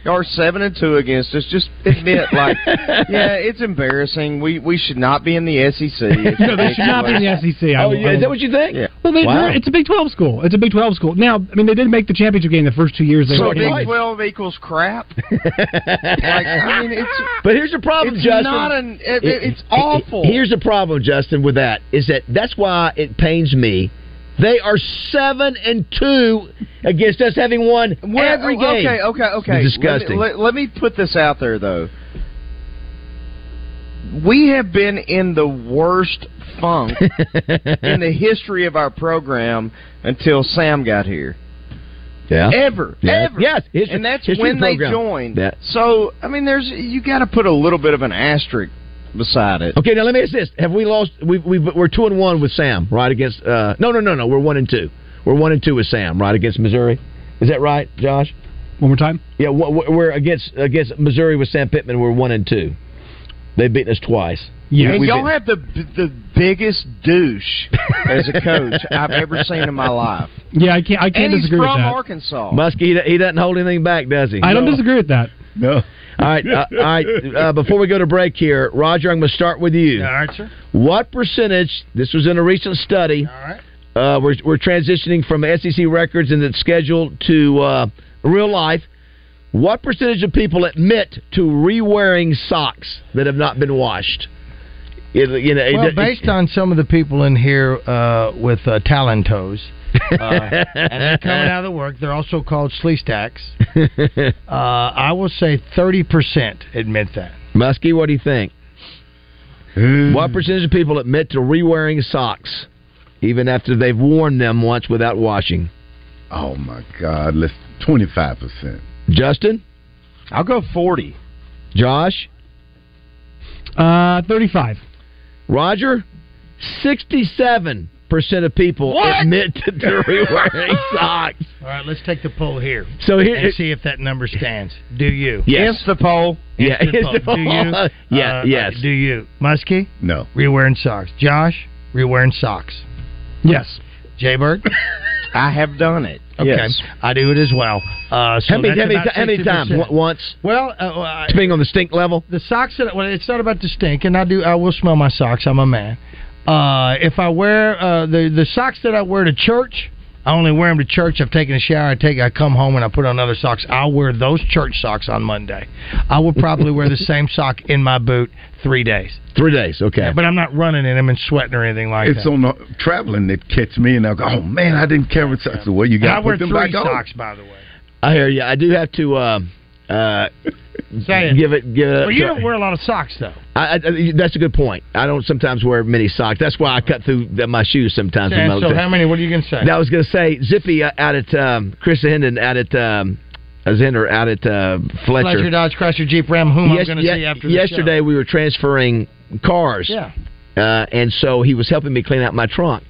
[SPEAKER 7] Y'all are seven and two against us. Just admit, like, yeah, it's embarrassing. We we should not be in the SEC. It's
[SPEAKER 8] no, they should not be in
[SPEAKER 7] ridiculous.
[SPEAKER 8] the SEC. I
[SPEAKER 7] Oh,
[SPEAKER 8] will-
[SPEAKER 7] yeah,
[SPEAKER 8] I
[SPEAKER 7] is
[SPEAKER 8] will-
[SPEAKER 7] that what you think? Yeah.
[SPEAKER 8] Well, they,
[SPEAKER 7] Wow.
[SPEAKER 8] they're- it's a Big 12 school. It's a Big 12 school. Now, I mean, they did make the championship game the first two years they
[SPEAKER 7] So
[SPEAKER 8] were in.
[SPEAKER 7] Big Twelve equals crap. like, I mean, it's
[SPEAKER 3] But here's the problem,
[SPEAKER 7] It's
[SPEAKER 3] Justin.
[SPEAKER 7] not an- it- it- it's
[SPEAKER 3] he-
[SPEAKER 7] awful.
[SPEAKER 3] he- Here's the problem, Justin, with that is that that's why it pains me. They are seven and two against us having won every
[SPEAKER 7] Well,
[SPEAKER 3] game.
[SPEAKER 7] Okay, okay, okay.
[SPEAKER 3] It's disgusting.
[SPEAKER 7] Let me, let- let me put this out there, though. We have been in the worst funk in the history of our program until Sam got here.
[SPEAKER 3] yeah.
[SPEAKER 7] Ever,
[SPEAKER 3] Yeah.
[SPEAKER 7] ever.
[SPEAKER 3] Yes, history-
[SPEAKER 7] and that's
[SPEAKER 3] history
[SPEAKER 7] when
[SPEAKER 3] program.
[SPEAKER 7] they joined.
[SPEAKER 3] That-
[SPEAKER 7] So I mean, there's you got to put a little bit of an asterisk beside it.
[SPEAKER 3] Okay, now let me ask this: Have we lost? We we we're two and one with Sam, right? Against uh, no, no, no, no. We're one and two. We're one and two with Sam, right? Against Missouri, is that right, Josh?
[SPEAKER 8] One more time.
[SPEAKER 3] Yeah, wh- wh- we're against against Missouri with Sam Pittman. We're one and two. They've beaten us twice.
[SPEAKER 7] and
[SPEAKER 3] We've
[SPEAKER 7] y'all
[SPEAKER 3] been-
[SPEAKER 7] have the the biggest douche as a coach I've ever seen in my life.
[SPEAKER 8] Yeah, I can't. I can't
[SPEAKER 7] and he's
[SPEAKER 8] disagree
[SPEAKER 7] from
[SPEAKER 8] with that.
[SPEAKER 7] Arkansas.
[SPEAKER 3] Muskie. He, he doesn't hold anything back, does he?
[SPEAKER 8] I don't disagree with that.
[SPEAKER 6] No.
[SPEAKER 3] All right, uh, all right. Uh, before we go to break here, Roger, I'm going to start with you.
[SPEAKER 5] All right, sir.
[SPEAKER 3] What percentage? This was in a recent study. All
[SPEAKER 5] right.
[SPEAKER 3] Uh, we're we're transitioning from SEC records and its schedule to uh, real life. What percentage of people admit to rewearing socks that have not been washed? It- you know, it-
[SPEAKER 5] Well,
[SPEAKER 3] it-
[SPEAKER 5] based on some of the people in here uh, with uh, talon toes, uh, and they're coming out of the work, they're also called sleaze tacks.
[SPEAKER 3] uh,
[SPEAKER 5] I will say 30% admit that.
[SPEAKER 3] Muskie, what do you think? What percentage of people admit to rewearing socks even after they've worn them once without washing?
[SPEAKER 6] Oh my God, let's twenty five percent.
[SPEAKER 3] Justin,
[SPEAKER 4] I'll go forty.
[SPEAKER 3] Josh,
[SPEAKER 8] Uh, 35.
[SPEAKER 3] Roger, sixty-seven percent of people
[SPEAKER 5] What?
[SPEAKER 3] admit to rewearing socks.
[SPEAKER 5] All right, let's take the poll here.
[SPEAKER 3] So here-
[SPEAKER 5] and see if that number stands. Do you?
[SPEAKER 3] Yes.
[SPEAKER 4] the poll.
[SPEAKER 3] Yeah,
[SPEAKER 5] Instant
[SPEAKER 3] it's
[SPEAKER 5] poll. Do you?
[SPEAKER 3] Yeah,
[SPEAKER 5] Uh,
[SPEAKER 3] yes.
[SPEAKER 5] Do you? Muskie?
[SPEAKER 6] No.
[SPEAKER 5] Rewearing socks. Josh? Rewearing socks.
[SPEAKER 8] Yes.
[SPEAKER 5] Jaybird?
[SPEAKER 4] I have done it.
[SPEAKER 5] Okay.
[SPEAKER 4] Yes.
[SPEAKER 5] I do it as well. Uh, so
[SPEAKER 3] how many,
[SPEAKER 5] that's
[SPEAKER 3] how many,
[SPEAKER 5] about
[SPEAKER 3] how many times?
[SPEAKER 5] 60%.
[SPEAKER 3] Wa- Once,
[SPEAKER 5] Well, uh, well, I-
[SPEAKER 3] depending on the stink level.
[SPEAKER 5] the socks that well, it's not about the stink, and I do I will smell my socks. I'm a man. Uh, if I wear uh, the the socks that I wear to church, I only wear them to church. I've taken a shower. I take I come home and I put on other socks. I'll wear those church socks on Monday. I will probably wear the same sock in my boot three days,
[SPEAKER 3] Three days, okay.
[SPEAKER 5] but I'm not running in them and sweating or anything like
[SPEAKER 6] It's
[SPEAKER 5] that.
[SPEAKER 6] on the traveling that catch me, and I go, "Oh man, I didn't carry socks." So well, you
[SPEAKER 5] And
[SPEAKER 6] got
[SPEAKER 5] I
[SPEAKER 6] to
[SPEAKER 5] wear
[SPEAKER 6] put them
[SPEAKER 5] three
[SPEAKER 6] back on.
[SPEAKER 5] socks, by the way.
[SPEAKER 3] I hear you. I do have to uh, uh,
[SPEAKER 5] Say it.
[SPEAKER 3] give it. Give it.
[SPEAKER 5] well, you don't wear a lot of socks though.
[SPEAKER 3] I, I, that's a good point. I don't sometimes wear many socks. That's why I cut through the, my shoes sometimes. when
[SPEAKER 5] And
[SPEAKER 3] I-
[SPEAKER 5] so how many? What are you gonna say?
[SPEAKER 3] Now, I was going to say Zippy uh, out at um, Chris Hinden out at um, uh, Zinder out at uh, Fletcher.
[SPEAKER 5] Fletcher Dodge Chrysler Jeep Ram. Whom
[SPEAKER 3] Yes-
[SPEAKER 5] I'm gonna
[SPEAKER 3] ye-
[SPEAKER 5] see after the show.
[SPEAKER 3] yesterday we were transferring cars.
[SPEAKER 5] Yeah.
[SPEAKER 3] Uh, and so he was helping me clean out my trunk.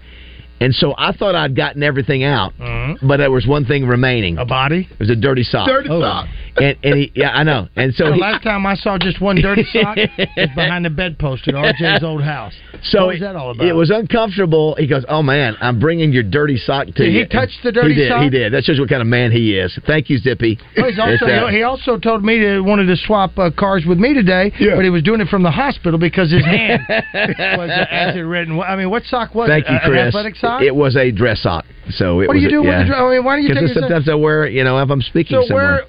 [SPEAKER 3] And so I thought I'd gotten everything out,
[SPEAKER 5] Mhm.
[SPEAKER 3] but there was one thing remaining.
[SPEAKER 5] A
[SPEAKER 3] It
[SPEAKER 5] body. Oh.
[SPEAKER 3] was a dirty sock.
[SPEAKER 6] Dirty sock.
[SPEAKER 3] And, and he, yeah, I know. And so
[SPEAKER 5] the
[SPEAKER 3] he,
[SPEAKER 5] last time I saw just one dirty sock was behind the bedpost at RJ's old house.
[SPEAKER 3] so
[SPEAKER 5] what was that all about?
[SPEAKER 3] It was uncomfortable. He goes, "Oh man, I'm bringing your dirty sock to
[SPEAKER 5] Did
[SPEAKER 3] you."
[SPEAKER 5] he touch the dirty
[SPEAKER 3] he did,
[SPEAKER 5] sock?
[SPEAKER 3] He did. That shows what kind of man he is. Thank you, Zippy.
[SPEAKER 5] Well, he's
[SPEAKER 3] It's,
[SPEAKER 5] also,
[SPEAKER 3] uh,
[SPEAKER 5] he also told me that he wanted to swap uh, cars with me today,
[SPEAKER 6] Yeah.
[SPEAKER 5] but he was doing it from the hospital because his hand was uh, acid ridden. I mean, what sock was
[SPEAKER 3] Thank
[SPEAKER 5] it?
[SPEAKER 3] you,
[SPEAKER 5] Uh,
[SPEAKER 3] Chris.
[SPEAKER 5] An athletic sock?
[SPEAKER 3] It was a dress sock. So it
[SPEAKER 5] what do
[SPEAKER 3] was
[SPEAKER 5] you
[SPEAKER 3] a-
[SPEAKER 5] do
[SPEAKER 3] yeah.
[SPEAKER 5] with the dr- I mean, why do you
[SPEAKER 3] Because
[SPEAKER 5] take your
[SPEAKER 3] sometimes I wear, it, you know, if I'm speaking
[SPEAKER 5] So
[SPEAKER 3] somewhere.
[SPEAKER 5] where-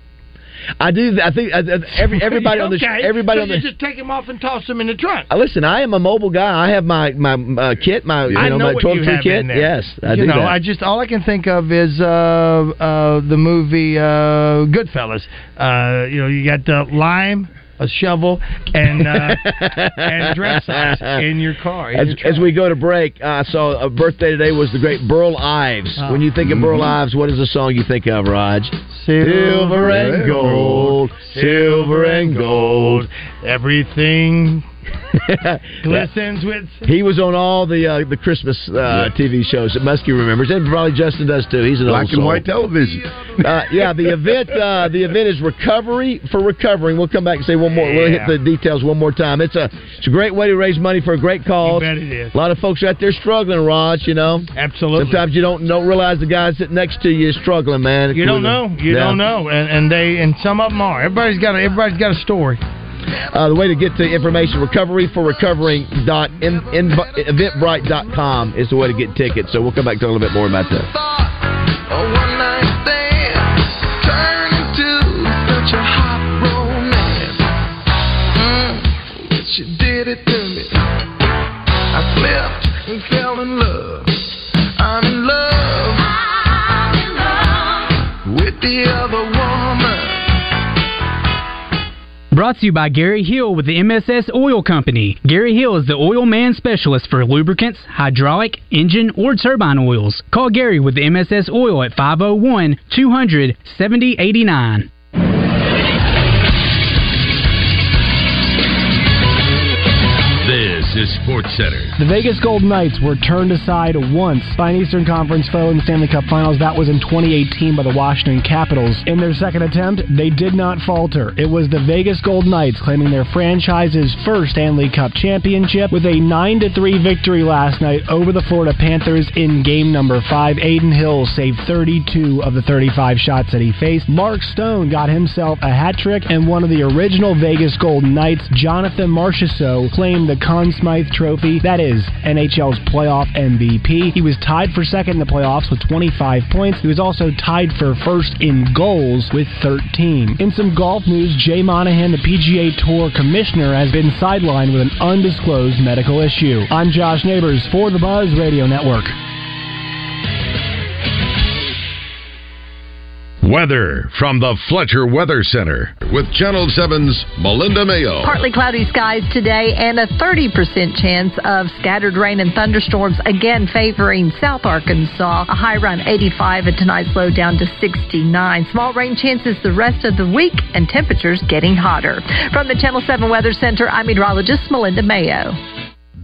[SPEAKER 3] I do. I think I, I- every, everybody on the sh-
[SPEAKER 5] Okay,
[SPEAKER 3] everybody
[SPEAKER 5] so
[SPEAKER 3] on
[SPEAKER 5] you
[SPEAKER 3] the.
[SPEAKER 5] just take him off and toss him in the trunk.
[SPEAKER 3] Uh, Listen, I am a mobile guy. I have my my uh, kit, my you
[SPEAKER 5] I
[SPEAKER 3] know,
[SPEAKER 5] know
[SPEAKER 3] my
[SPEAKER 5] what you
[SPEAKER 3] toiletry
[SPEAKER 5] have
[SPEAKER 3] kit.
[SPEAKER 5] in there.
[SPEAKER 3] Yes, I
[SPEAKER 5] you
[SPEAKER 3] do
[SPEAKER 5] know,
[SPEAKER 3] that.
[SPEAKER 5] I just all I can think of is uh, uh, the movie uh, Goodfellas. Uh, you know, you got uh, lime, a shovel, and uh, and dress socks in your car. in
[SPEAKER 3] as,
[SPEAKER 5] your truck.
[SPEAKER 3] as we go to break, uh, I saw a birthday today was the great Burl Ives.
[SPEAKER 5] Ah.
[SPEAKER 3] When you think of Burl Ives, what is the song you think of, Raj? Mm-hmm. Silver and gold, silver and gold.
[SPEAKER 5] everything glistens with.
[SPEAKER 3] He was on all the uh, the Christmas uh, TV shows that Muskie remembers, and probably Justin does too. He's an
[SPEAKER 6] Black
[SPEAKER 3] old
[SPEAKER 6] and
[SPEAKER 3] soul.
[SPEAKER 6] white television.
[SPEAKER 3] Uh, yeah, the event uh, the event is recovery for recovering. We'll come back and say one more. We'll hit
[SPEAKER 5] Yeah.
[SPEAKER 3] the details one more time. It's a it's a great way to raise money for a great
[SPEAKER 5] You
[SPEAKER 3] cause.
[SPEAKER 5] bet it is.
[SPEAKER 3] A lot of folks out there struggling, Raj. You know,
[SPEAKER 5] Absolutely.
[SPEAKER 3] sometimes you don't don't realize the guy sitting next to you is struggling, man.
[SPEAKER 5] you don't know. You
[SPEAKER 3] Yeah.
[SPEAKER 5] don't know, and, and they and some of them are. Everybody's got a, everybody's got a story.
[SPEAKER 3] Uh, the way to get the information recovery for recovering dot in, in, eventbrite.com is the way to get tickets. So we'll come back to a little bit more about that.
[SPEAKER 7] Mm, She did it to me. I slipped and fell in love. I'm in love. With the other woman.
[SPEAKER 10] Brought to you by Gary Hill with the MSS Oil Company. Gary Hill is the oil man specialist for lubricants, hydraulic, engine, or turbine oils. Call Gary with the MSS Oil at 501 200 7089.
[SPEAKER 11] This Texas Sports Center.
[SPEAKER 12] The Vegas Golden Knights were turned aside once by an Eastern Conference foe in the Stanley Cup Finals. That was in 2018 by the Washington Capitals. In their second attempt, they did not falter. It was the Vegas Golden Knights claiming their franchise's first Stanley Cup championship with a 9-3 victory last night over the Florida Panthers in game number 5. Aiden Hill saved 32 of the 35 shots that he faced. Mark Stone got himself a hat trick and one of the original Vegas Golden Knights, Jonathan Marchessault, claimed the Conn Smythe Trophy, that is NHL's playoff MVP. He was tied for second in the playoffs with 25 points. He was also tied for first in goals with 13. In some golf news, Jay Monahan, the PGA Tour commissioner, has been sidelined with an undisclosed medical issue. I'm Josh Neighbors for the Buzz Radio Network.
[SPEAKER 1] Weather from the Fletcher Weather Center with Channel 7's Melinda Mayo.
[SPEAKER 13] Partly cloudy skies today and a 30% chance of scattered rain and thunderstorms, again favoring South Arkansas. A high around 85 and tonight's low down to 69. Small rain chances the rest of the week and temperatures getting hotter. From the Channel 7 Weather Center, I'm meteorologist Melinda Mayo.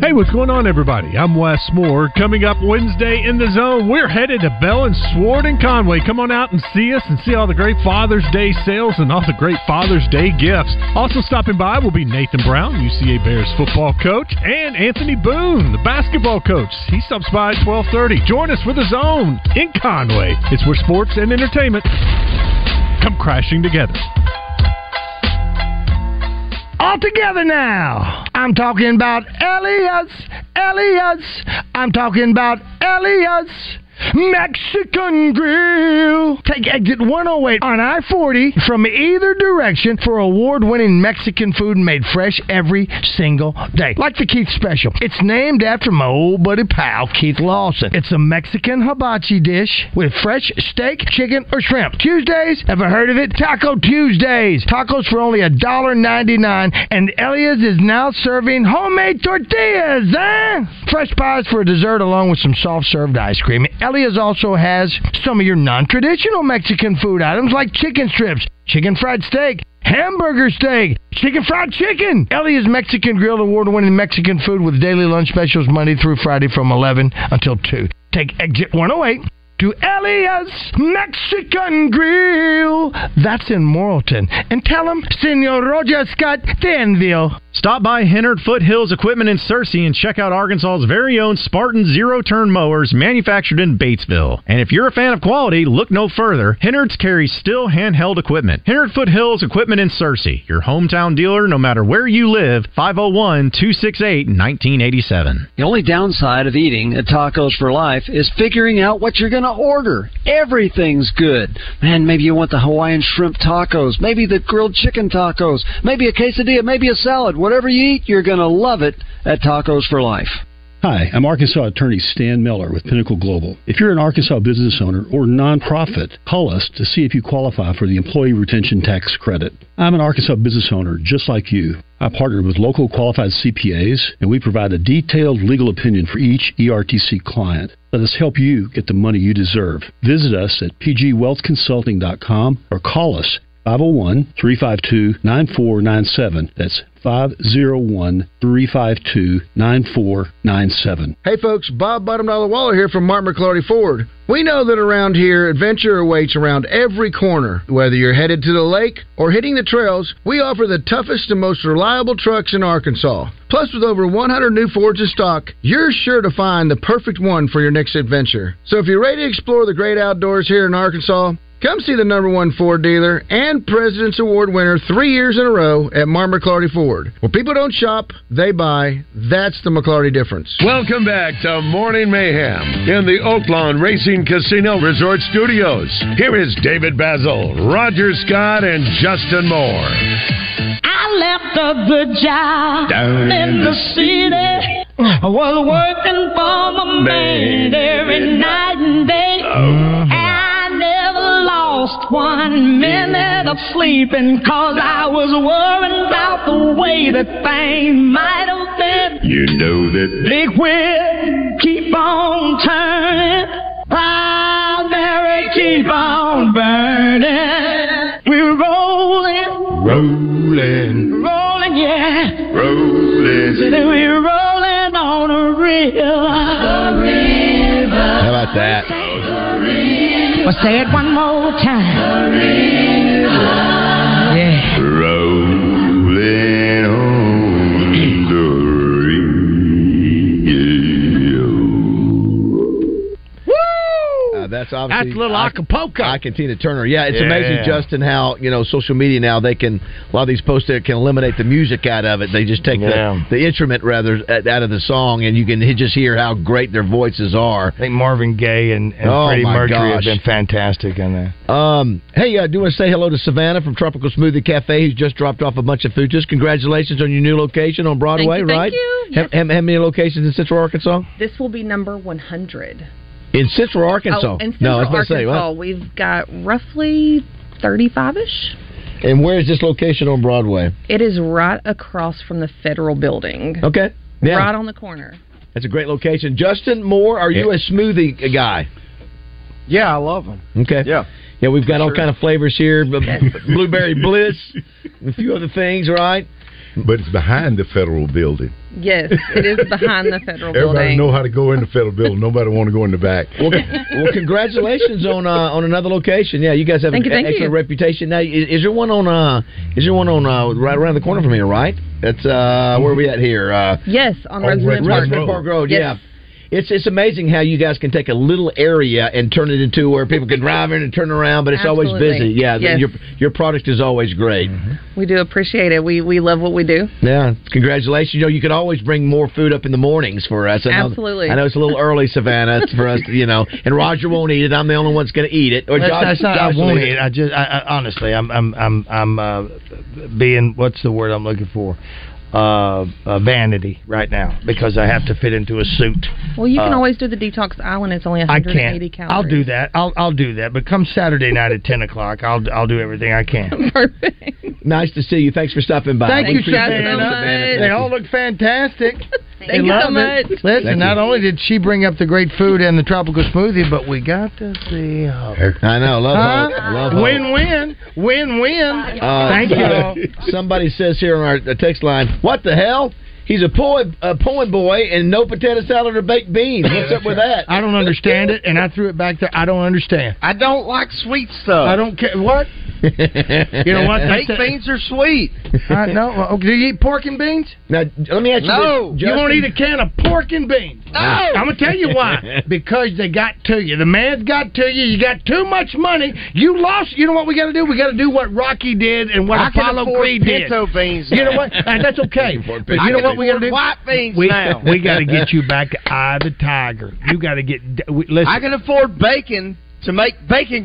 [SPEAKER 14] Hey, what's going on, everybody? I'm Wes Moore. Coming up Wednesday in the zone, we're headed to Bell and Sword in Conway. Come on out and see us and see all the great Father's Day sales and all the great Father's Day gifts. Also stopping by will be Nathan Brown, UCA Bears football coach, and Anthony Boone, the basketball coach. He stops by at 12:30. Join us for the zone in Conway. It's where sports and entertainment come crashing together.
[SPEAKER 5] All together now. I'm talking about Elias, Elias. I'm talking about Elias. Mexican Grill. Take exit 108 on I 40 from either direction for award winning Mexican food made fresh every single day. Like the Keith Special. It's named after my old buddy pal, Keith Lawson. It's a Mexican hibachi dish with fresh steak, chicken, or shrimp. Tuesdays, ever heard of it? Taco Tuesdays. Tacos for only $1.99, and Elias is now serving homemade tortillas, eh? Fresh pies for dessert along with some soft served ice cream. Elias also has some of your non traditional Mexican food items like chicken strips, chicken fried steak, hamburger steak, chicken fried chicken. Elias Mexican Grill award winning Mexican food with daily lunch specials Monday through Friday from 11 until 2. Take exit 108 to Elias Mexican Grill. That's in Morrilton. And tell them Senor Roger Scott Danville.
[SPEAKER 15] Stop by Hennard Foothills Equipment in Searcy and check out Arkansas's very own Spartan zero turn mowers manufactured in Batesville. And if you're a fan of quality, look no further. Hennard's carries still handheld equipment. Hennard Foothills Equipment in Searcy, your hometown dealer no matter where you live, 501 268 1987.
[SPEAKER 16] The only downside of eating at Tacos for Life is figuring out what you're going to order. Everything's good. Man, maybe you want the Hawaiian shrimp tacos, maybe the grilled chicken tacos, maybe a quesadilla, maybe a salad. Whatever you eat, you're going to love it at Tacos for Life.
[SPEAKER 17] Hi, I'm Arkansas Attorney Stan Miller with Pinnacle Global. If you're an Arkansas business owner or nonprofit, call us to see if you qualify for the Employee Retention Tax Credit. I'm an Arkansas business owner just like you. I partner with local qualified CPAs, and we provide a detailed legal opinion for each E ERTC client. Let us help you get the money you deserve. Visit us at pgwealthconsulting.com or call us 501 352 9497. That's 501 352 9497.
[SPEAKER 18] Hey folks, Bob Bottom Dollar Waller here from Mark McClarty Ford. We know that around here, adventure awaits around every corner. Whether you're headed to the lake or hitting the trails, we offer the toughest and most reliable trucks in Arkansas. Plus, with over 100 new Fords in stock, you're sure to find the perfect one for your next adventure. So if you're ready to explore the great outdoors here in Arkansas, Come see the number one Ford dealer and President's Award winner three years in a row at Mark McClarty Ford. Where people don't shop, they buy. That's the McClarty difference.
[SPEAKER 1] Welcome back to Morning Mayhem in the Oaklawn Racing Casino Resort Studios. Here is David Basil, Roger Scott, and Justin Moore.
[SPEAKER 2] I left a good job
[SPEAKER 1] Down in
[SPEAKER 2] in
[SPEAKER 1] the
[SPEAKER 2] the city. I was working for my man every night and day. And I never lost one minute of sleeping cause I was worrying about the way that things might have been.
[SPEAKER 1] You know that
[SPEAKER 2] Big wheel, keep on turning. Pride keep on burning. We're rolling,
[SPEAKER 11] Rolling,
[SPEAKER 2] rolling, yeah.
[SPEAKER 11] rolling.
[SPEAKER 2] We're rolling on a river.
[SPEAKER 3] How about that?
[SPEAKER 2] Well, say it one more time. Yeah.
[SPEAKER 11] Rolling on
[SPEAKER 3] Uh, that's obviously
[SPEAKER 5] That's little
[SPEAKER 3] Acapulco. I can Tina Turner. Yeah, it's
[SPEAKER 5] Yeah.
[SPEAKER 3] amazing, Justin, how you know social media now they can a lot of these posts there can eliminate the music out of it. They just take
[SPEAKER 5] Yeah.
[SPEAKER 3] the, the instrument rather uh, out of the song, and you can he- just hear how great their voices are.
[SPEAKER 5] I think Marvin Gaye and, and
[SPEAKER 3] Oh,
[SPEAKER 5] Freddie
[SPEAKER 3] my
[SPEAKER 5] Mercury
[SPEAKER 3] gosh.
[SPEAKER 5] have been fantastic in there.
[SPEAKER 3] Um, hey, uh, do want to say hello to Savannah from Tropical Smoothie Cafe, who's just dropped off a bunch of food. Just congratulations on your new location on Broadway,
[SPEAKER 19] you, thank
[SPEAKER 3] right?
[SPEAKER 19] you.
[SPEAKER 3] Ha- ha- How, many locations in Central Arkansas?
[SPEAKER 19] This will be number 100.
[SPEAKER 3] In Central Arkansas?
[SPEAKER 19] Oh, in
[SPEAKER 3] no, I
[SPEAKER 19] Central
[SPEAKER 3] was about to
[SPEAKER 19] Arkansas,
[SPEAKER 3] say. Well,
[SPEAKER 19] we've got roughly 35 ish.
[SPEAKER 3] and where is this location on Broadway?
[SPEAKER 19] It is right across from the federal building.
[SPEAKER 3] Okay. Yeah.
[SPEAKER 19] Right on the corner.
[SPEAKER 3] That's a great location. Justin Moore, are you a smoothie guy?
[SPEAKER 4] Yeah, I love them.
[SPEAKER 3] Okay. Yeah. Yeah, we've got all
[SPEAKER 4] sure.
[SPEAKER 3] kind of flavors here, b- blueberry bliss, a few other things, right?
[SPEAKER 11] But it's behind the federal building.
[SPEAKER 19] Yes, it is behind the federal
[SPEAKER 11] Everybody
[SPEAKER 19] building.
[SPEAKER 11] know how to go in the federal building. Nobody want to go in the back.
[SPEAKER 3] Well, well congratulations on uh, on another location. Yeah, you guys have
[SPEAKER 19] Thank you,
[SPEAKER 3] an
[SPEAKER 19] thank you.
[SPEAKER 3] excellent reputation. Now, is, is there one on uh is there one on uh, right around the corner from here, right? That's uh where are we at here? Uh
[SPEAKER 19] Yes, on
[SPEAKER 5] Oh,
[SPEAKER 19] Resident
[SPEAKER 3] Resident
[SPEAKER 19] Park.
[SPEAKER 3] Park Road,
[SPEAKER 19] Yes.
[SPEAKER 3] yeah. It's it's amazing how you guys can take a little area and turn it into where people can drive in and turn around, but it's always
[SPEAKER 19] Absolutely.
[SPEAKER 3] busy. Yeah,
[SPEAKER 19] Yes.
[SPEAKER 3] your your product is always great.
[SPEAKER 19] We do appreciate it. We we love what we do.
[SPEAKER 3] Yeah, congratulations. You know, you could always bring more food up in the mornings for us. I know,
[SPEAKER 19] Absolutely.
[SPEAKER 3] I know it's a little early, Savannah, it's for us, to, you know, and Roger won't eat it. I'm the only one that's going to eat it. Or
[SPEAKER 5] That's
[SPEAKER 3] Josh-
[SPEAKER 5] not- it's not,
[SPEAKER 3] Josh
[SPEAKER 5] I won't
[SPEAKER 3] will
[SPEAKER 5] eat it. I just I, I, honestly, I'm I'm I'm I'm uh, being what's the word I'm looking for? Uh, uh, vanity right now because I have to fit into a suit.
[SPEAKER 19] Well, you can
[SPEAKER 5] Uh,
[SPEAKER 19] always do the detox island. It's only
[SPEAKER 5] I
[SPEAKER 19] 180
[SPEAKER 5] can't.
[SPEAKER 19] calories.
[SPEAKER 5] I'll do that. I'll I'll do that. But come Saturday night at ten o'clock, I'll I'll do everything I can.
[SPEAKER 3] Nice to see you. Thanks for stopping by.
[SPEAKER 5] Thank
[SPEAKER 3] We
[SPEAKER 5] you,
[SPEAKER 3] appreciate it.
[SPEAKER 5] Savannah.
[SPEAKER 3] Savannah.
[SPEAKER 5] They all look fantastic.
[SPEAKER 19] Thank you so much.
[SPEAKER 5] Listen,
[SPEAKER 3] Thank
[SPEAKER 5] not
[SPEAKER 3] you.
[SPEAKER 5] only did she bring up the great food and the tropical smoothie, but we got to see.
[SPEAKER 3] I know. Love
[SPEAKER 5] Huh?
[SPEAKER 3] hope. Love hope.
[SPEAKER 5] Win-win, win-win.
[SPEAKER 3] Uh,
[SPEAKER 5] Thank you. all.
[SPEAKER 3] somebody, somebody says here on our uh, text line, "What the hell? He's a poem, a poem boy, and no potato salad or baked beans. What's up with that?"
[SPEAKER 5] I don't understand it, and I threw it back there. I don't understand.
[SPEAKER 4] I don't like sweet stuff.
[SPEAKER 5] I don't care what.
[SPEAKER 4] You know what?
[SPEAKER 5] That's
[SPEAKER 4] Baked
[SPEAKER 5] it.
[SPEAKER 4] beans are sweet.
[SPEAKER 5] I know. Well, okay, Do you eat pork and beans?
[SPEAKER 3] Now, let me ask you
[SPEAKER 5] No,
[SPEAKER 3] this,
[SPEAKER 5] you
[SPEAKER 3] Justin.
[SPEAKER 5] won't eat a can of pork and beans.
[SPEAKER 3] No.
[SPEAKER 5] I'm gonna tell you why. Because they got to you. The man's got to you. You got too much money. You lost. You know what we got to do? We got to do what Rocky did and what
[SPEAKER 4] I can
[SPEAKER 5] Apollo
[SPEAKER 4] afford
[SPEAKER 5] Creed
[SPEAKER 4] pinto
[SPEAKER 5] did.
[SPEAKER 4] beans
[SPEAKER 5] You know
[SPEAKER 4] now.
[SPEAKER 5] what? And that's okay.
[SPEAKER 4] afford
[SPEAKER 5] But you
[SPEAKER 4] pinto
[SPEAKER 5] know what we got to do?
[SPEAKER 4] beans. I can afford white beans
[SPEAKER 5] we,
[SPEAKER 4] now.
[SPEAKER 5] We got to get you back to Eye the Tiger. You got to get. d- We, listen.
[SPEAKER 4] I can afford bacon to make bacon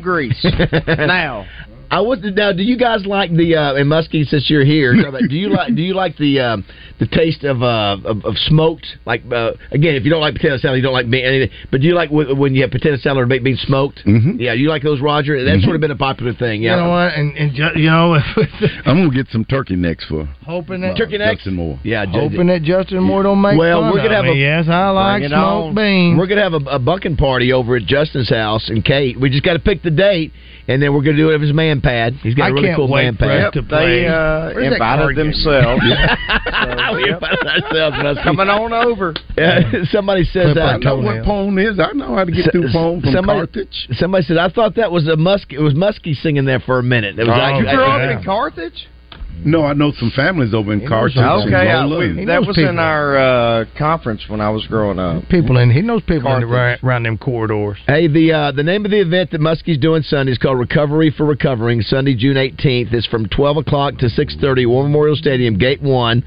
[SPEAKER 4] grease now.
[SPEAKER 3] I was now. Do you guys like the uh, and Muskie? Since you're here, so that- do you like do you like the um, the taste of, uh, of of smoked? Like uh, again, if you don't like potato salad, you don't like bean, anything. But do you like w- when you have potato salad or baked beans smoked? Mm-hmm. Yeah, you like those, Roger. That's sort of been a popular thing. Yeah.
[SPEAKER 5] You know what? And, and ju- you know,
[SPEAKER 6] I'm gonna get some turkey necks for
[SPEAKER 5] hoping that
[SPEAKER 6] Turkey necks? Justin Moore.
[SPEAKER 3] Yeah,
[SPEAKER 5] hoping that Justin Moore don't make.
[SPEAKER 3] Well,
[SPEAKER 5] fun
[SPEAKER 3] we're gonna
[SPEAKER 5] of
[SPEAKER 3] have
[SPEAKER 5] me.
[SPEAKER 3] a
[SPEAKER 5] yes. I like
[SPEAKER 3] Bring it on.
[SPEAKER 5] smoked beans.
[SPEAKER 3] We're gonna have a, a bucking party over at Justin's house and Kate. We just got to pick the date, and then we're gonna do it with his man pad. He's got
[SPEAKER 4] I
[SPEAKER 3] a really
[SPEAKER 4] can't
[SPEAKER 3] cool
[SPEAKER 4] wait
[SPEAKER 3] man
[SPEAKER 4] for
[SPEAKER 3] pad.
[SPEAKER 4] us to Yep, they, play. uh, Where's that invited card game? themselves.
[SPEAKER 3] we invited ourselves. Rusty.
[SPEAKER 4] Coming on over.
[SPEAKER 3] Yeah, somebody says
[SPEAKER 6] Clip our I
[SPEAKER 3] that.
[SPEAKER 6] know what toenail. Pone is. I know how to get through Pone from
[SPEAKER 3] somebody,
[SPEAKER 6] Carthage.
[SPEAKER 3] Somebody said I thought that was a musk. It was Muskie singing there for a minute. It
[SPEAKER 6] Oh,
[SPEAKER 3] was actually-
[SPEAKER 6] You grew up
[SPEAKER 3] actually-
[SPEAKER 6] in
[SPEAKER 4] Carthage?
[SPEAKER 6] No, I know some families over in Carthage. and
[SPEAKER 4] Okay, I,
[SPEAKER 6] Rolla.
[SPEAKER 4] we, that was in our uh, conference when I was growing up.
[SPEAKER 5] People in he knows people in the,
[SPEAKER 4] Carthage.
[SPEAKER 5] right, around them corridors.
[SPEAKER 3] Hey, the uh, the name of the event that Muskie's doing Sunday is called Recovery for Recovering. Sunday, June eighteenth. It's from twelve o'clock to six thirty. War Memorial Stadium, Gate One.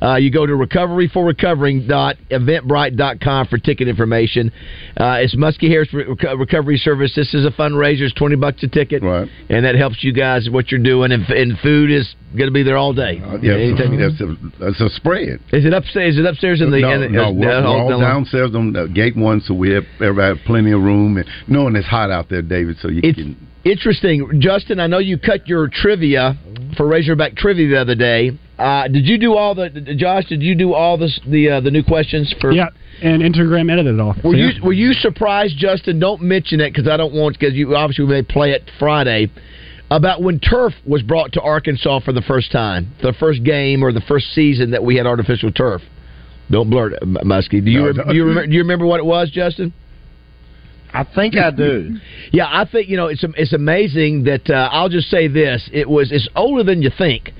[SPEAKER 3] Uh, you go to recoveryforrecovering.eventbrite.com for ticket information. Uh, it's Muskie Harris Re- Reco- Recovery Service. This is a fundraiser. It's twenty bucks a ticket, right? And that helps you guys what you're doing. And, and food is going to be there all day.
[SPEAKER 6] Uh, Yeah, it's
[SPEAKER 3] Anytime you-
[SPEAKER 6] a, it's a- it's a spread.
[SPEAKER 3] Is it upstairs? Is it upstairs in the?
[SPEAKER 6] no,
[SPEAKER 3] in the-
[SPEAKER 6] no, we're,
[SPEAKER 3] uh,
[SPEAKER 6] we're all
[SPEAKER 3] down-
[SPEAKER 6] downstairs on the gate one, so we have everybody have plenty of room. And knowing it's hot out there, David, so you can.
[SPEAKER 3] Interesting, Justin. I know you cut your trivia for Razorback trivia the other day, Uh, did you do all the Josh? Did you do all this, the uh, the new questions for?
[SPEAKER 8] Yeah, and Instagram edited it all.
[SPEAKER 3] Were
[SPEAKER 8] Yeah.
[SPEAKER 3] you were you surprised, Justin? Don't mention it because I don't want because you obviously may play it Friday about when turf was brought to Arkansas for the first time, the first game or the first season that we had artificial turf. Don't blurt, it, M- Muskie. Do you
[SPEAKER 7] No,
[SPEAKER 3] do you, remember, do you remember what it was, Justin? I think I do. yeah, I think you know it's it's amazing that uh, I'll just say this: it was it's older than you think.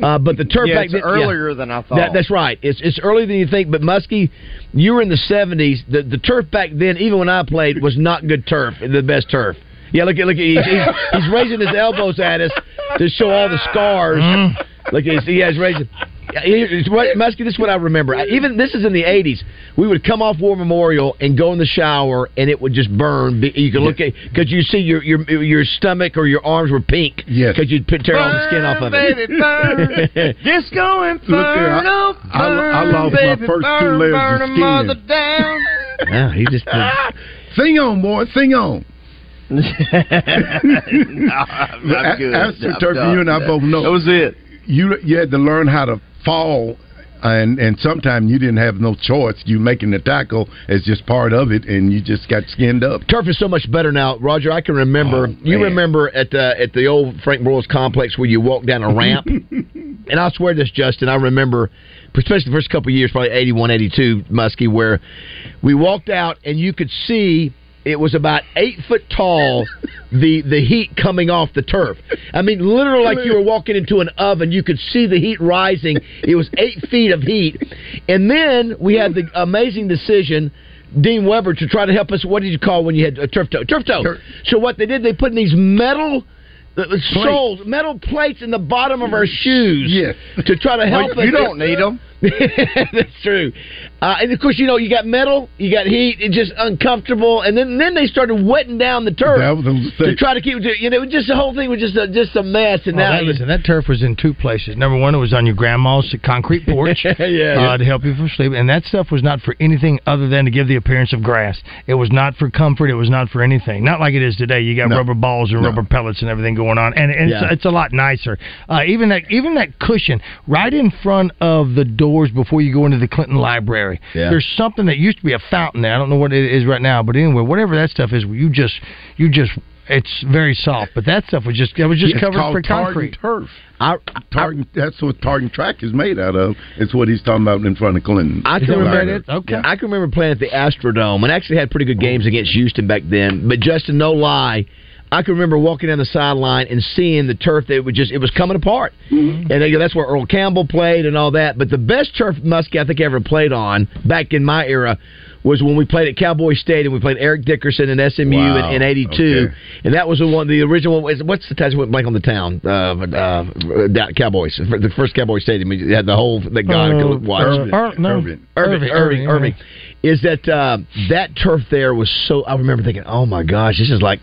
[SPEAKER 3] Uh, but the turf
[SPEAKER 4] yeah,
[SPEAKER 3] back
[SPEAKER 4] it's
[SPEAKER 3] then- yeah.
[SPEAKER 4] earlier than I thought.
[SPEAKER 3] That, that's right. It's it's earlier than you think. But Muskie, you were in the seventies. The the turf back then, even when I played, was not good turf. The best turf. Yeah, look at look at he's, he's, he's raising his elbows at us to show all the scars. Look, he's, yeah, he's raising. Yeah, here- it's what- Muskie, this is what I remember. I- Even this is in the '80s. We would come off War Memorial and go in the shower, and it would just burn. Be- You could look at because you see your your your stomach or your arms were pink. Yes, because you'd put- tear all the skin off of it.
[SPEAKER 4] Baby, burn. Disco inferno.
[SPEAKER 3] Look there, I- I- I
[SPEAKER 4] burn,
[SPEAKER 3] lost my
[SPEAKER 4] baby,
[SPEAKER 3] first two
[SPEAKER 4] burn,
[SPEAKER 3] layers of
[SPEAKER 4] burn a
[SPEAKER 6] skin.
[SPEAKER 4] mother down.
[SPEAKER 3] Yeah, he just
[SPEAKER 6] sing on, boy, sing on.
[SPEAKER 4] no, I'm, I'm good.
[SPEAKER 6] After
[SPEAKER 4] I'm
[SPEAKER 6] Turkey,
[SPEAKER 4] done.
[SPEAKER 6] you and I both know. That was
[SPEAKER 4] it.
[SPEAKER 6] You you had to learn how to fall, and and sometimes you didn't have no choice. You making the tackle is just part of it, and you just got skinned up. Oh,
[SPEAKER 3] Turf is so much better now, Roger. I can remember. you
[SPEAKER 6] man.
[SPEAKER 3] remember at the at the old Frank Broyles complex where you walk down a ramp, and I swear this, Justin. I remember, especially the first couple of years, probably 81, 82, Muskie, where we walked out and you could see it was about eight foot tall. the the heat coming off the turf. I mean, literally like you were walking into an oven. You could see the heat rising. It was eight feet of heat, and then we had the amazing decision. Dean Weber to try to help us. What did you call when you had a turf toe? Turf toe. So what they did, they put in these metal uh, soles, metal plates in the bottom of our shoes. To try to
[SPEAKER 4] Well,
[SPEAKER 3] help us.
[SPEAKER 4] you don't need 'em.
[SPEAKER 3] That's true. Uh, and of course, you know, you got metal, you got heat. It's just uncomfortable. And then then they started wetting down the turf
[SPEAKER 6] That was a mistake.
[SPEAKER 3] to try to keep you know just the whole thing was just a, just a mess and
[SPEAKER 5] Well,
[SPEAKER 3] now
[SPEAKER 5] Oh, that, listen, that turf was in two places. Number one, it was on your grandma's concrete porch uh, to help you from sleep, and that stuff was not for anything other than to give the appearance of grass. It was not for comfort. It was not for anything. Not like it is today. You got rubber balls and rubber pellets and everything going on, and, and
[SPEAKER 20] Yeah.
[SPEAKER 5] it's, it's a lot nicer. Uh, even that, even that cushion right in front of the doors before you go into the Clinton Library.
[SPEAKER 20] Yeah.
[SPEAKER 5] There's something that used to be a fountain there. I don't know what it is right now, but anyway, whatever that stuff is, you just, you just. It's very soft, but that stuff was just that was just
[SPEAKER 6] It's
[SPEAKER 5] covered
[SPEAKER 6] called
[SPEAKER 5] for
[SPEAKER 6] tartan
[SPEAKER 5] concrete.
[SPEAKER 6] turf. Tartan, that's what tartan track is made out of. It's what he's talking about in front of Clinton.
[SPEAKER 3] I can remember I can remember playing at the Astrodome and actually had pretty good games against Houston back then. But Justin, no lie, I can remember walking down the sideline and seeing the turf that would just it was coming apart.
[SPEAKER 4] Mm-hmm.
[SPEAKER 7] Mm-hmm.
[SPEAKER 3] And they go, that's where Earl Campbell played and all that. But the best turf Muskie I think I ever played on back in my era was when we played at Cowboy Stadium. We played Eric Dickerson and SMU
[SPEAKER 20] Wow.
[SPEAKER 3] in, in '82, and that was the one, the original. one- What's the title? Went blank on the town. Uh, uh, Da- Cowboys, the first Cowboy Stadium. You had the whole that God
[SPEAKER 5] Uh,
[SPEAKER 3] could watch.
[SPEAKER 5] Irvin. Ir-
[SPEAKER 3] Irvin.
[SPEAKER 5] no.
[SPEAKER 3] Irving,
[SPEAKER 5] Irving,
[SPEAKER 3] Irving,
[SPEAKER 5] Irving,
[SPEAKER 3] Irving, is that uh, that turf there was so. I remember thinking, oh my gosh, this is like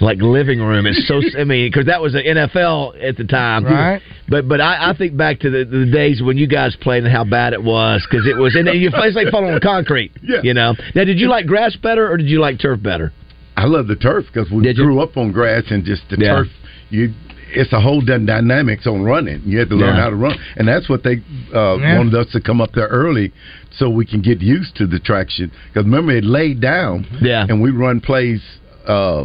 [SPEAKER 3] like living room. It's so. I mean, because that was the NFL at the time,
[SPEAKER 5] Right.
[SPEAKER 3] But but I, I think back to the, the days when you guys played and how bad it was because it was and you it's like falling on concrete.
[SPEAKER 6] Yeah.
[SPEAKER 3] You know. Now, did you like grass better or did you like turf better?
[SPEAKER 6] I love the turf because we grew up on grass and just the turf. You, it's a whole different dynamics on running. You had to learn
[SPEAKER 11] Yeah.
[SPEAKER 6] how to run, and that's what they uh,
[SPEAKER 11] Yeah.
[SPEAKER 6] wanted us to come up there early so we can get used to the traction. Because remember, it laid down,
[SPEAKER 3] yeah,
[SPEAKER 6] and we run plays. Uh,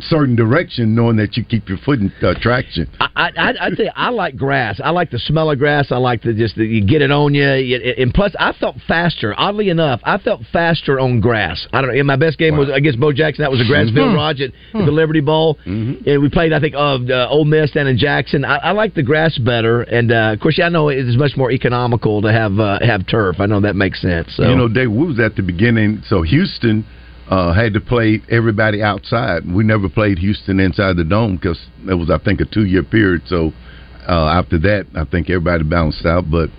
[SPEAKER 6] certain direction knowing that you keep your foot in uh, traction
[SPEAKER 3] I, I, I tell you, I like grass. I like the smell of grass. I like the just the, you get it on you. You- And plus, I felt faster. Oddly enough, I felt faster on grass. I don't know. In my best game was against Bo Jackson. That was a Grassfield
[SPEAKER 20] Hmm.
[SPEAKER 3] Raj at, at the Liberty Bowl,
[SPEAKER 6] Mm-hmm.
[SPEAKER 3] and we played. I think of uh, Ole Miss down in Jackson. I, I like the grass better, and uh, of course, yeah, I know it is much more economical to have uh, have turf. I know that makes sense. So.
[SPEAKER 6] You know, Dave, we was at the beginning, so Houston uh, had to play everybody outside. We never played Houston inside the dome because that was, I think, a two-year period. So uh, after that, I think everybody bounced out. But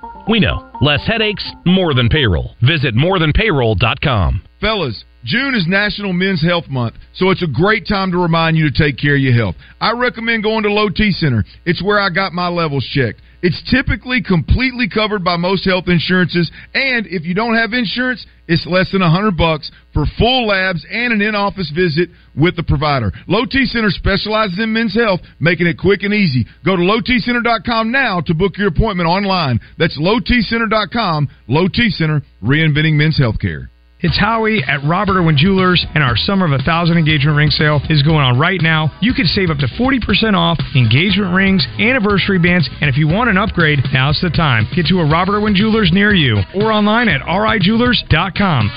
[SPEAKER 20] we know. Less headaches, more than payroll. Visit morethanpayroll.com.
[SPEAKER 21] Fellas, June is National Men's Health Month, so it's a great time to remind you to take care of your health. I recommend going to Low T Center. It's where I got my levels checked. It's typically completely covered by most health insurances, and if you don't have insurance, it's less than 100 bucks for full labs and an in-office visit with the provider. Low T Center specializes in men's health, making it quick and easy. Go to lowtcenter.com now to book your appointment online. That's lowtcenter.com. Low T Center, reinventing men's healthcare.
[SPEAKER 22] It's Howie at Robert Irwin Jewelers, and our Summer of a Thousand Engagement Ring Sale is going on right now. You can save up to 40% off engagement rings, anniversary bands, and if you want an upgrade, now's the time. Get to a Robert Irwin Jewelers near you or online at rijewelers.com.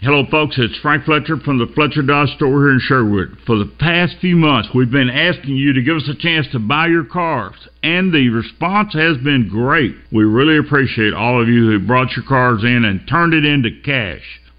[SPEAKER 23] Hello, folks. It's Frank Fletcher from the Fletcher Dodge store here in Sherwood. For the past few months, we've been asking you to give us a chance to buy your cars, and the response has been great. We really appreciate all of you who brought your cars in and turned it into cash.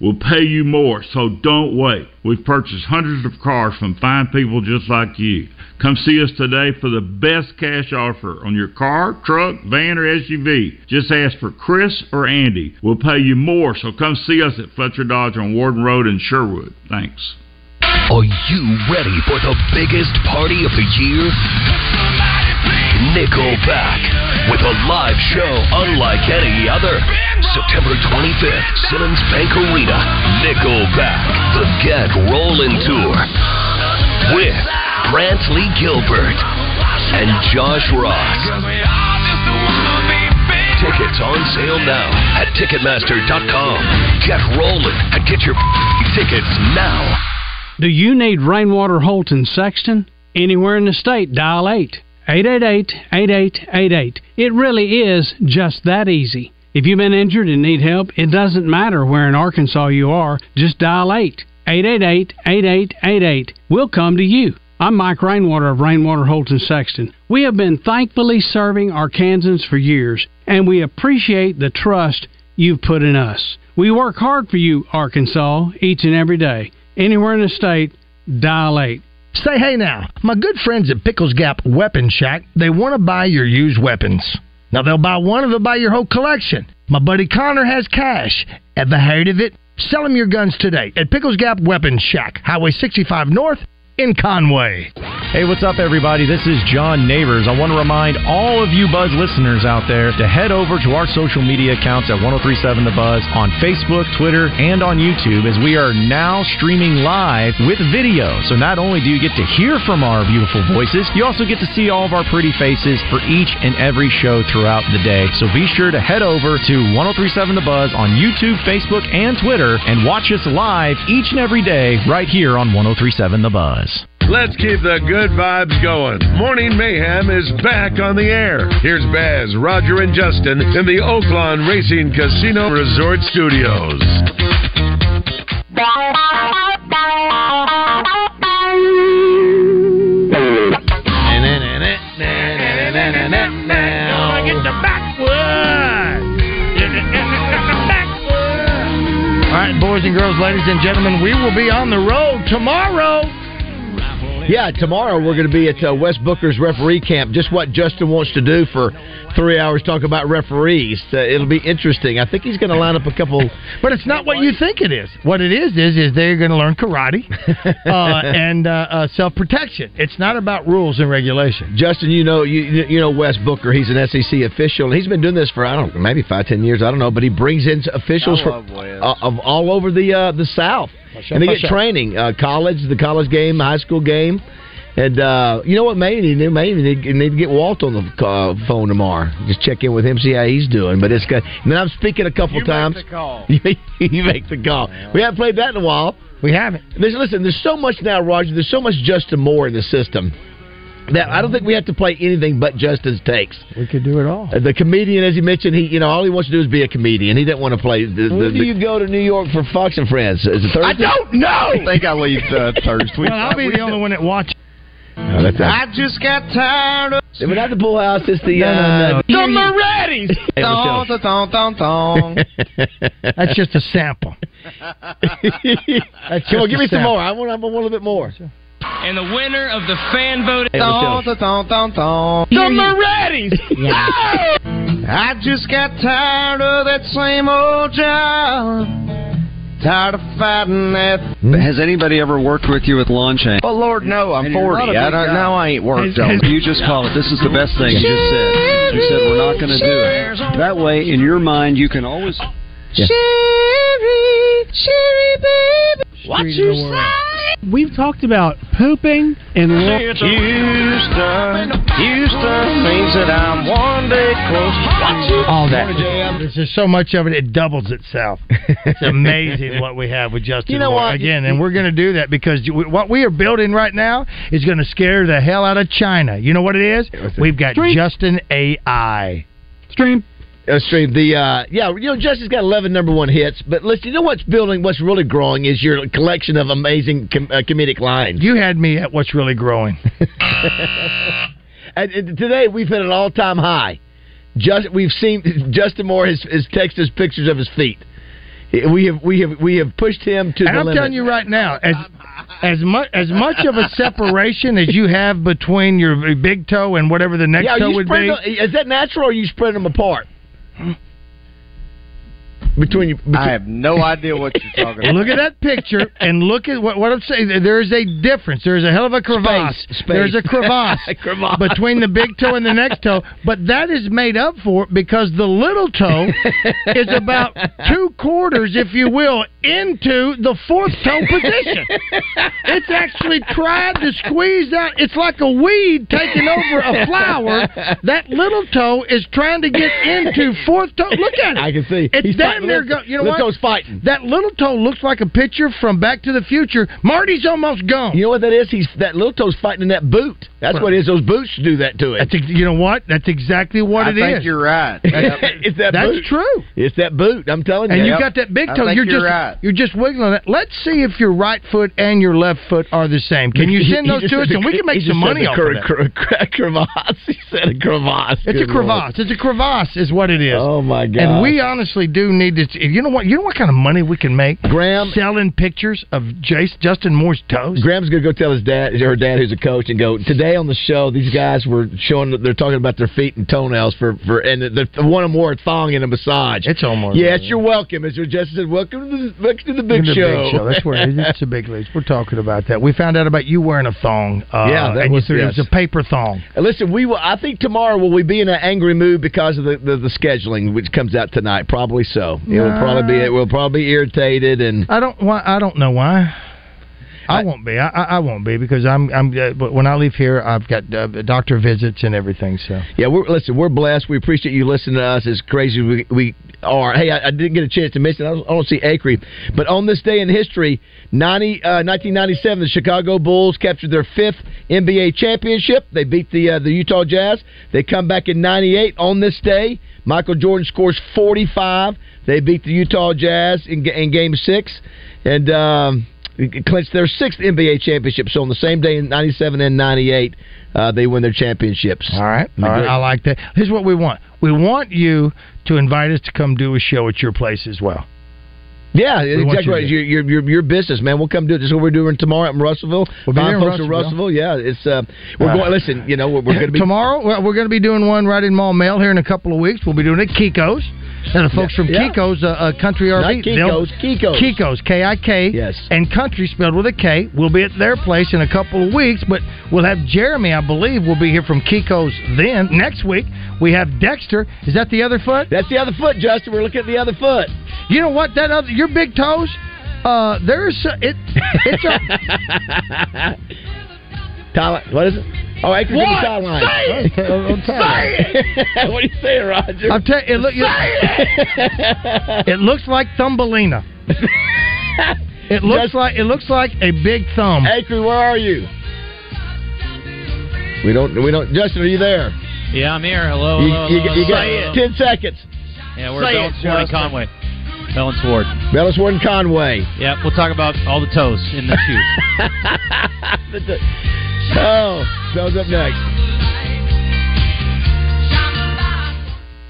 [SPEAKER 23] We'll pay you more, so don't wait. We've purchased hundreds of cars from fine people just like you. Come see us today for the best cash offer on your car, truck, van, or SUV. Just ask for Chris or Andy. We'll pay you more, so come see us at Fletcher Dodge on Warden Road in Sherwood. Thanks.
[SPEAKER 9] Are you ready for the biggest party of the year? Nickelback with a live show unlike any other. September 25th, Simmons Bank Arena. Nickelback, the Get Rollin' Tour with Brantley Gilbert and Josh Ross. Tickets on sale now at Ticketmaster.com. Get rolling and get your tickets now.
[SPEAKER 10] Do you need Rainwater Holton Sexton? Anywhere in the state, dial 8. 888-8888. It really is just that easy. If you've been injured and need help, it doesn't matter where in Arkansas you are, just dial 8. 888-8888. We'll come to you. I'm Mike Rainwater of Rainwater Holton Sexton. We have been thankfully serving Arkansans for years, and we appreciate the trust you've put in us. We work hard for you, Arkansas, each and every day. Anywhere in the state, dial 8.
[SPEAKER 5] Say hey now. My good friends at Pickles Gap Weapon Shack, they want to buy your used weapons. Now they'll buy one and they'll buy your whole collection. My buddy Connor has cash. Ever heard of it? Sell him your guns today at Pickles Gap Weapon Shack, Highway 65 North in Conway.
[SPEAKER 15] Hey, what's up, everybody? This is John Neighbors. I want to remind all of you Buzz listeners out there to head over to our social media accounts at 1037 The Buzz on Facebook, Twitter, and on YouTube as we are now streaming live with video. So not only do you get to hear from our beautiful voices, you also get to see all of our pretty faces for each and every show throughout the day. So be sure to head over to 1037 The Buzz on YouTube, Facebook, and Twitter and watch us live each and every day right here on 1037 The Buzz.
[SPEAKER 1] Let's keep the good vibes going. Morning Mayhem is back on the air. Here's Baz, Roger, and Justin in the Oaklawn Racing Casino Resort Studios.
[SPEAKER 5] All right, boys and girls, ladies and gentlemen, we will be on the road tomorrow.
[SPEAKER 3] Yeah, tomorrow we're going to be at uh, West Booker's referee camp. Just what Justin wants to do for three hours, talk about referees. Uh, it'll be interesting. I think he's going to line up a couple.
[SPEAKER 5] But it's not what you think it is. What it is is is they're going to learn karate uh, and uh, uh, self protection. It's not about rules and regulation.
[SPEAKER 3] Justin, you know, you you know Wes Booker. He's an SEC official, and he's been doing this for I don't know, maybe five, ten years. I don't know, but he brings in officials
[SPEAKER 5] I
[SPEAKER 3] from uh, of all over the uh, the South,
[SPEAKER 5] Michelle,
[SPEAKER 3] and they get
[SPEAKER 5] Michelle.
[SPEAKER 3] training, uh, college, the college game, high school game. And uh, you know what? Maybe they maybe they need to get Walt on the uh, phone tomorrow. Just check in with him, see how he's doing. But it's got. And then I'm speaking a couple times.
[SPEAKER 5] call.
[SPEAKER 3] You make, you make the call. We haven't played that in a while.
[SPEAKER 5] We haven't.
[SPEAKER 3] There's, listen, there's so much now, Roger. There's so much Justin Moore in the system that I don't think we have to play anything but Justin's takes. Uh,
[SPEAKER 5] We could do it all.
[SPEAKER 3] The comedian, as you mentioned, he you know all he wants to do is be a comedian. He didn't want to play. The,
[SPEAKER 5] When
[SPEAKER 3] the,
[SPEAKER 5] do you
[SPEAKER 3] go to New York for Fox and Friends? Is it Thursday?
[SPEAKER 5] I don't know. I
[SPEAKER 3] think I leave uh, Thursday.
[SPEAKER 5] Well, I'll be the only one that watches.
[SPEAKER 3] No, Oh, that's
[SPEAKER 7] I just got tired of.
[SPEAKER 3] We're not the pool house. It's the
[SPEAKER 7] No, no, no.
[SPEAKER 3] uh,
[SPEAKER 7] The Moretti's.
[SPEAKER 3] Hey, Michelle.
[SPEAKER 7] Thong, thong, thong, thong, thong.
[SPEAKER 5] That's just a sample.
[SPEAKER 3] Come on, give me some more. I want, I want a little bit more.
[SPEAKER 7] And the winner of the fan vote.
[SPEAKER 3] Hey,
[SPEAKER 7] Thong,
[SPEAKER 3] Michelle.
[SPEAKER 7] thong, thong, thong. The
[SPEAKER 3] Hear you.
[SPEAKER 7] Moretti's.
[SPEAKER 3] Yeah.
[SPEAKER 7] Oh! I just got tired of that same old job. Tired of fighting that.
[SPEAKER 16] Has anybody ever worked with you with lawn change?
[SPEAKER 7] Oh Lord, no! I'm
[SPEAKER 16] And you're not
[SPEAKER 7] 40.
[SPEAKER 16] a big
[SPEAKER 7] I don't.
[SPEAKER 16] guy.
[SPEAKER 7] No, I ain't worked on. it.
[SPEAKER 16] You just call it. This is the best thing you just said. You said we're not going to do it. That way, in your mind, you can always.
[SPEAKER 7] Sherry, Sherry, baby, what
[SPEAKER 16] Street
[SPEAKER 7] you
[SPEAKER 16] in the world.
[SPEAKER 7] say?
[SPEAKER 8] We've talked about pooping and lo-
[SPEAKER 7] Houston, Houston means that I'm one day close.
[SPEAKER 5] All that. There's just so much of it, it doubles itself. It's amazing what we have with Justin
[SPEAKER 18] You know
[SPEAKER 5] Moore
[SPEAKER 18] what?
[SPEAKER 5] again, and we're going to do that because you- what we are building right now is going to scare the hell out of China. You know what it is? We've got Justin AI.
[SPEAKER 8] Stream.
[SPEAKER 3] Uh, stream the uh, yeah, you know, Justin's got eleven number one hits, but listen, you know what's building, what's really growing is your collection of amazing com- uh, comedic lines.
[SPEAKER 5] You had me at what's really growing.
[SPEAKER 3] and, and today we've hit an all time high. Just we've seen Justin Moore has, has texted us pictures of his feet. We have we have we have pushed him to
[SPEAKER 5] and
[SPEAKER 3] the
[SPEAKER 5] I'm
[SPEAKER 3] limit.
[SPEAKER 5] telling you right now, as as much as much of a separation as you have between your big toe and whatever the next
[SPEAKER 3] yeah, are
[SPEAKER 5] toe
[SPEAKER 3] you
[SPEAKER 5] would
[SPEAKER 3] spreading
[SPEAKER 5] be,
[SPEAKER 3] the- is that natural or are you spreading them apart?
[SPEAKER 5] between you,
[SPEAKER 4] I have no idea what you're talking about.
[SPEAKER 5] look at that picture and look at what, what I'm saying. There is a difference. There is a hell of a crevasse.
[SPEAKER 3] Space, space.
[SPEAKER 5] There's a crevasse,
[SPEAKER 3] Crevasse.
[SPEAKER 5] between the big toe and the next toe, but that is made up for because the little toe is about two quarters, if you will, into the fourth toe position. It's actually tried to squeeze out. It's like a weed taking over a flower. That little toe is trying to get into fourth toe. Look at it. I
[SPEAKER 3] can see.
[SPEAKER 5] It's
[SPEAKER 3] He's
[SPEAKER 5] damn
[SPEAKER 3] fighting.
[SPEAKER 5] near go.
[SPEAKER 3] Little-
[SPEAKER 5] You know
[SPEAKER 3] little
[SPEAKER 5] what?
[SPEAKER 3] toe's fighting.
[SPEAKER 5] That little toe looks like a picture from Back to the Future. Marty's almost gone.
[SPEAKER 3] You know what that is? He's that little toe's fighting in that boot. That's what it is. Those boots do that to it.
[SPEAKER 5] That's ex- you know what? That's exactly what
[SPEAKER 3] I
[SPEAKER 5] it
[SPEAKER 3] think
[SPEAKER 5] is.
[SPEAKER 3] you're
[SPEAKER 4] right.
[SPEAKER 3] It's that
[SPEAKER 5] That's
[SPEAKER 3] boot.
[SPEAKER 5] true.
[SPEAKER 3] It's that boot. I'm telling you.
[SPEAKER 5] And you got that big toe. you're, just
[SPEAKER 3] right.
[SPEAKER 5] you're just wiggling it. Let's see if your right foot and your left foot are the same. Can you
[SPEAKER 3] He-
[SPEAKER 5] send
[SPEAKER 3] he
[SPEAKER 5] those
[SPEAKER 3] just
[SPEAKER 5] to us
[SPEAKER 3] said
[SPEAKER 5] and
[SPEAKER 3] the-
[SPEAKER 5] we can
[SPEAKER 3] he
[SPEAKER 5] make
[SPEAKER 3] just
[SPEAKER 5] some
[SPEAKER 3] said
[SPEAKER 5] money
[SPEAKER 3] the
[SPEAKER 5] off
[SPEAKER 3] cre-
[SPEAKER 5] of that?
[SPEAKER 3] cre- cre- crevasse. He said a crevasse.
[SPEAKER 5] It's a
[SPEAKER 3] Good Lord.
[SPEAKER 5] crevasse. It's a crevasse, is what it is. Oh
[SPEAKER 3] my God!
[SPEAKER 5] And we honestly do need to. You know what? You know what kind of money we can make? Graham selling pictures of Jace, Justin Moore's toes.
[SPEAKER 3] Graham's gonna go tell his dad, her dad, who's a coach, and go today on the show. These guys were showing that they're talking about their feet and toenails for for and the, the one of them wore a thong and a massage.
[SPEAKER 5] It's almost
[SPEAKER 3] yes. You're welcome, as your Justin said. Welcome to the welcome to the big,
[SPEAKER 5] In the
[SPEAKER 3] show.
[SPEAKER 5] Big show. That's where it's the big leagues. We're talking about that. We found out about you wearing a thong. Uh,
[SPEAKER 3] Yeah, that
[SPEAKER 5] and
[SPEAKER 3] was-
[SPEAKER 5] you threw,
[SPEAKER 3] yes.
[SPEAKER 5] it was a paper thong.
[SPEAKER 3] And Uh, Listen, we will. I think tomorrow will we be in an angry mood because of the, the, the scheduling which comes out tonight? Probably so. It will
[SPEAKER 5] Nah.
[SPEAKER 3] probably be. It will probably be irritated and.
[SPEAKER 5] I don't. Why, I don't know why. I, won't be. I, I I won't be because I'm. I'm. Uh, but when I leave here, I've got uh, doctor visits and everything. So
[SPEAKER 3] Yeah, we're listen. We're blessed. We appreciate you listening to us. As crazy as we, we are. Hey, I, I didn't get a chance to mention. I don't, I don't see Acree, but on this day in history, 90, uh, 1997, the Chicago Bulls captured their fifth NBA championship. They beat the uh, the Utah Jazz. They come back in '98 on this day. Michael Jordan scores 45. They beat the Utah Jazz in, ga- in Game Six, and. Um, clinched their sixth NBA championship. So on the same day in '97 and '98, uh, they win their championships. All
[SPEAKER 5] right, All right, I like that. Here's what we want. We want you to invite us to come do a show at your place as well.
[SPEAKER 3] Yeah,
[SPEAKER 5] want
[SPEAKER 3] exactly
[SPEAKER 5] you
[SPEAKER 3] right.
[SPEAKER 5] to-
[SPEAKER 3] Your, your your your business, man. We'll come do it. This is what we're doing tomorrow in Russellville.
[SPEAKER 5] We'll be
[SPEAKER 3] Fine
[SPEAKER 5] there in
[SPEAKER 3] folks at
[SPEAKER 5] Russellville.
[SPEAKER 3] Russellville. Yeah, it's uh, we're
[SPEAKER 5] Uh,
[SPEAKER 3] going. Listen, you know we're, we're going to be
[SPEAKER 5] tomorrow. Well, we're going to be doing one right in Mall Mail here in a couple of weeks. We'll be doing it at Kiko's. And the folks from
[SPEAKER 3] Yeah.
[SPEAKER 5] Kiko's uh, uh, Country
[SPEAKER 3] Not
[SPEAKER 5] RV.
[SPEAKER 3] Kiko's,
[SPEAKER 5] they'll-
[SPEAKER 3] Kiko's.
[SPEAKER 5] Kiko's. K I K. Yes. And Country spelled with a K. We'll be at their place in a couple of weeks, but we'll have Jeremy, I believe, will be here from Kiko's then. Next week, we have Dexter. Is that the other foot?
[SPEAKER 3] That's the other foot, Justin. We're looking at the other foot.
[SPEAKER 5] You know what? That other Your big toes, uh, there's. It, it's a.
[SPEAKER 3] Tyler, what is it? Oh, I can
[SPEAKER 5] What?
[SPEAKER 3] Tyler.
[SPEAKER 5] Say it!
[SPEAKER 3] Oh,
[SPEAKER 5] Say
[SPEAKER 3] it! what are you saying, Roger?
[SPEAKER 5] I'm telling you, look,
[SPEAKER 3] Say it!
[SPEAKER 5] it looks like Thumbelina. It looks like it looks like a big thumb.
[SPEAKER 3] Acre, where are you? we don't we don't. Justin, are you there?
[SPEAKER 12] Yeah, I'm here. Hello,
[SPEAKER 3] you,
[SPEAKER 12] hello,
[SPEAKER 3] you-
[SPEAKER 12] hello,
[SPEAKER 3] you
[SPEAKER 12] hello.
[SPEAKER 3] got ten seconds.
[SPEAKER 12] Yeah, we're
[SPEAKER 3] Say
[SPEAKER 12] Bell
[SPEAKER 3] it,
[SPEAKER 12] Sword and
[SPEAKER 3] Justin.
[SPEAKER 12] Conway. Bell and Sword.
[SPEAKER 3] Bellis Warden Conway.
[SPEAKER 12] Yeah, we'll talk about all the toes in the shoes.
[SPEAKER 3] Oh, Bell's up next.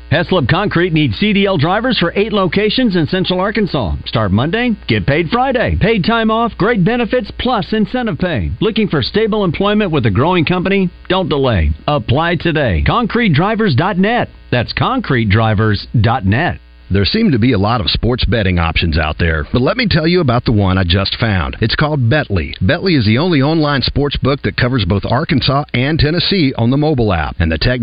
[SPEAKER 13] Heslop Concrete needs CDL drivers for eight locations in Central Arkansas. Start Monday, get paid Friday. Paid time off, great benefits, plus incentive pay. Looking for stable employment with a growing company? Don't delay. Apply today. ConcreteDrivers.net. That's ConcreteDrivers.net.
[SPEAKER 14] There seem to be a lot of sports betting options out there, but let me tell you about the one I just found. It's called Betley. Betley is the only online sports book that covers both Arkansas and Tennessee on the mobile app, and the technology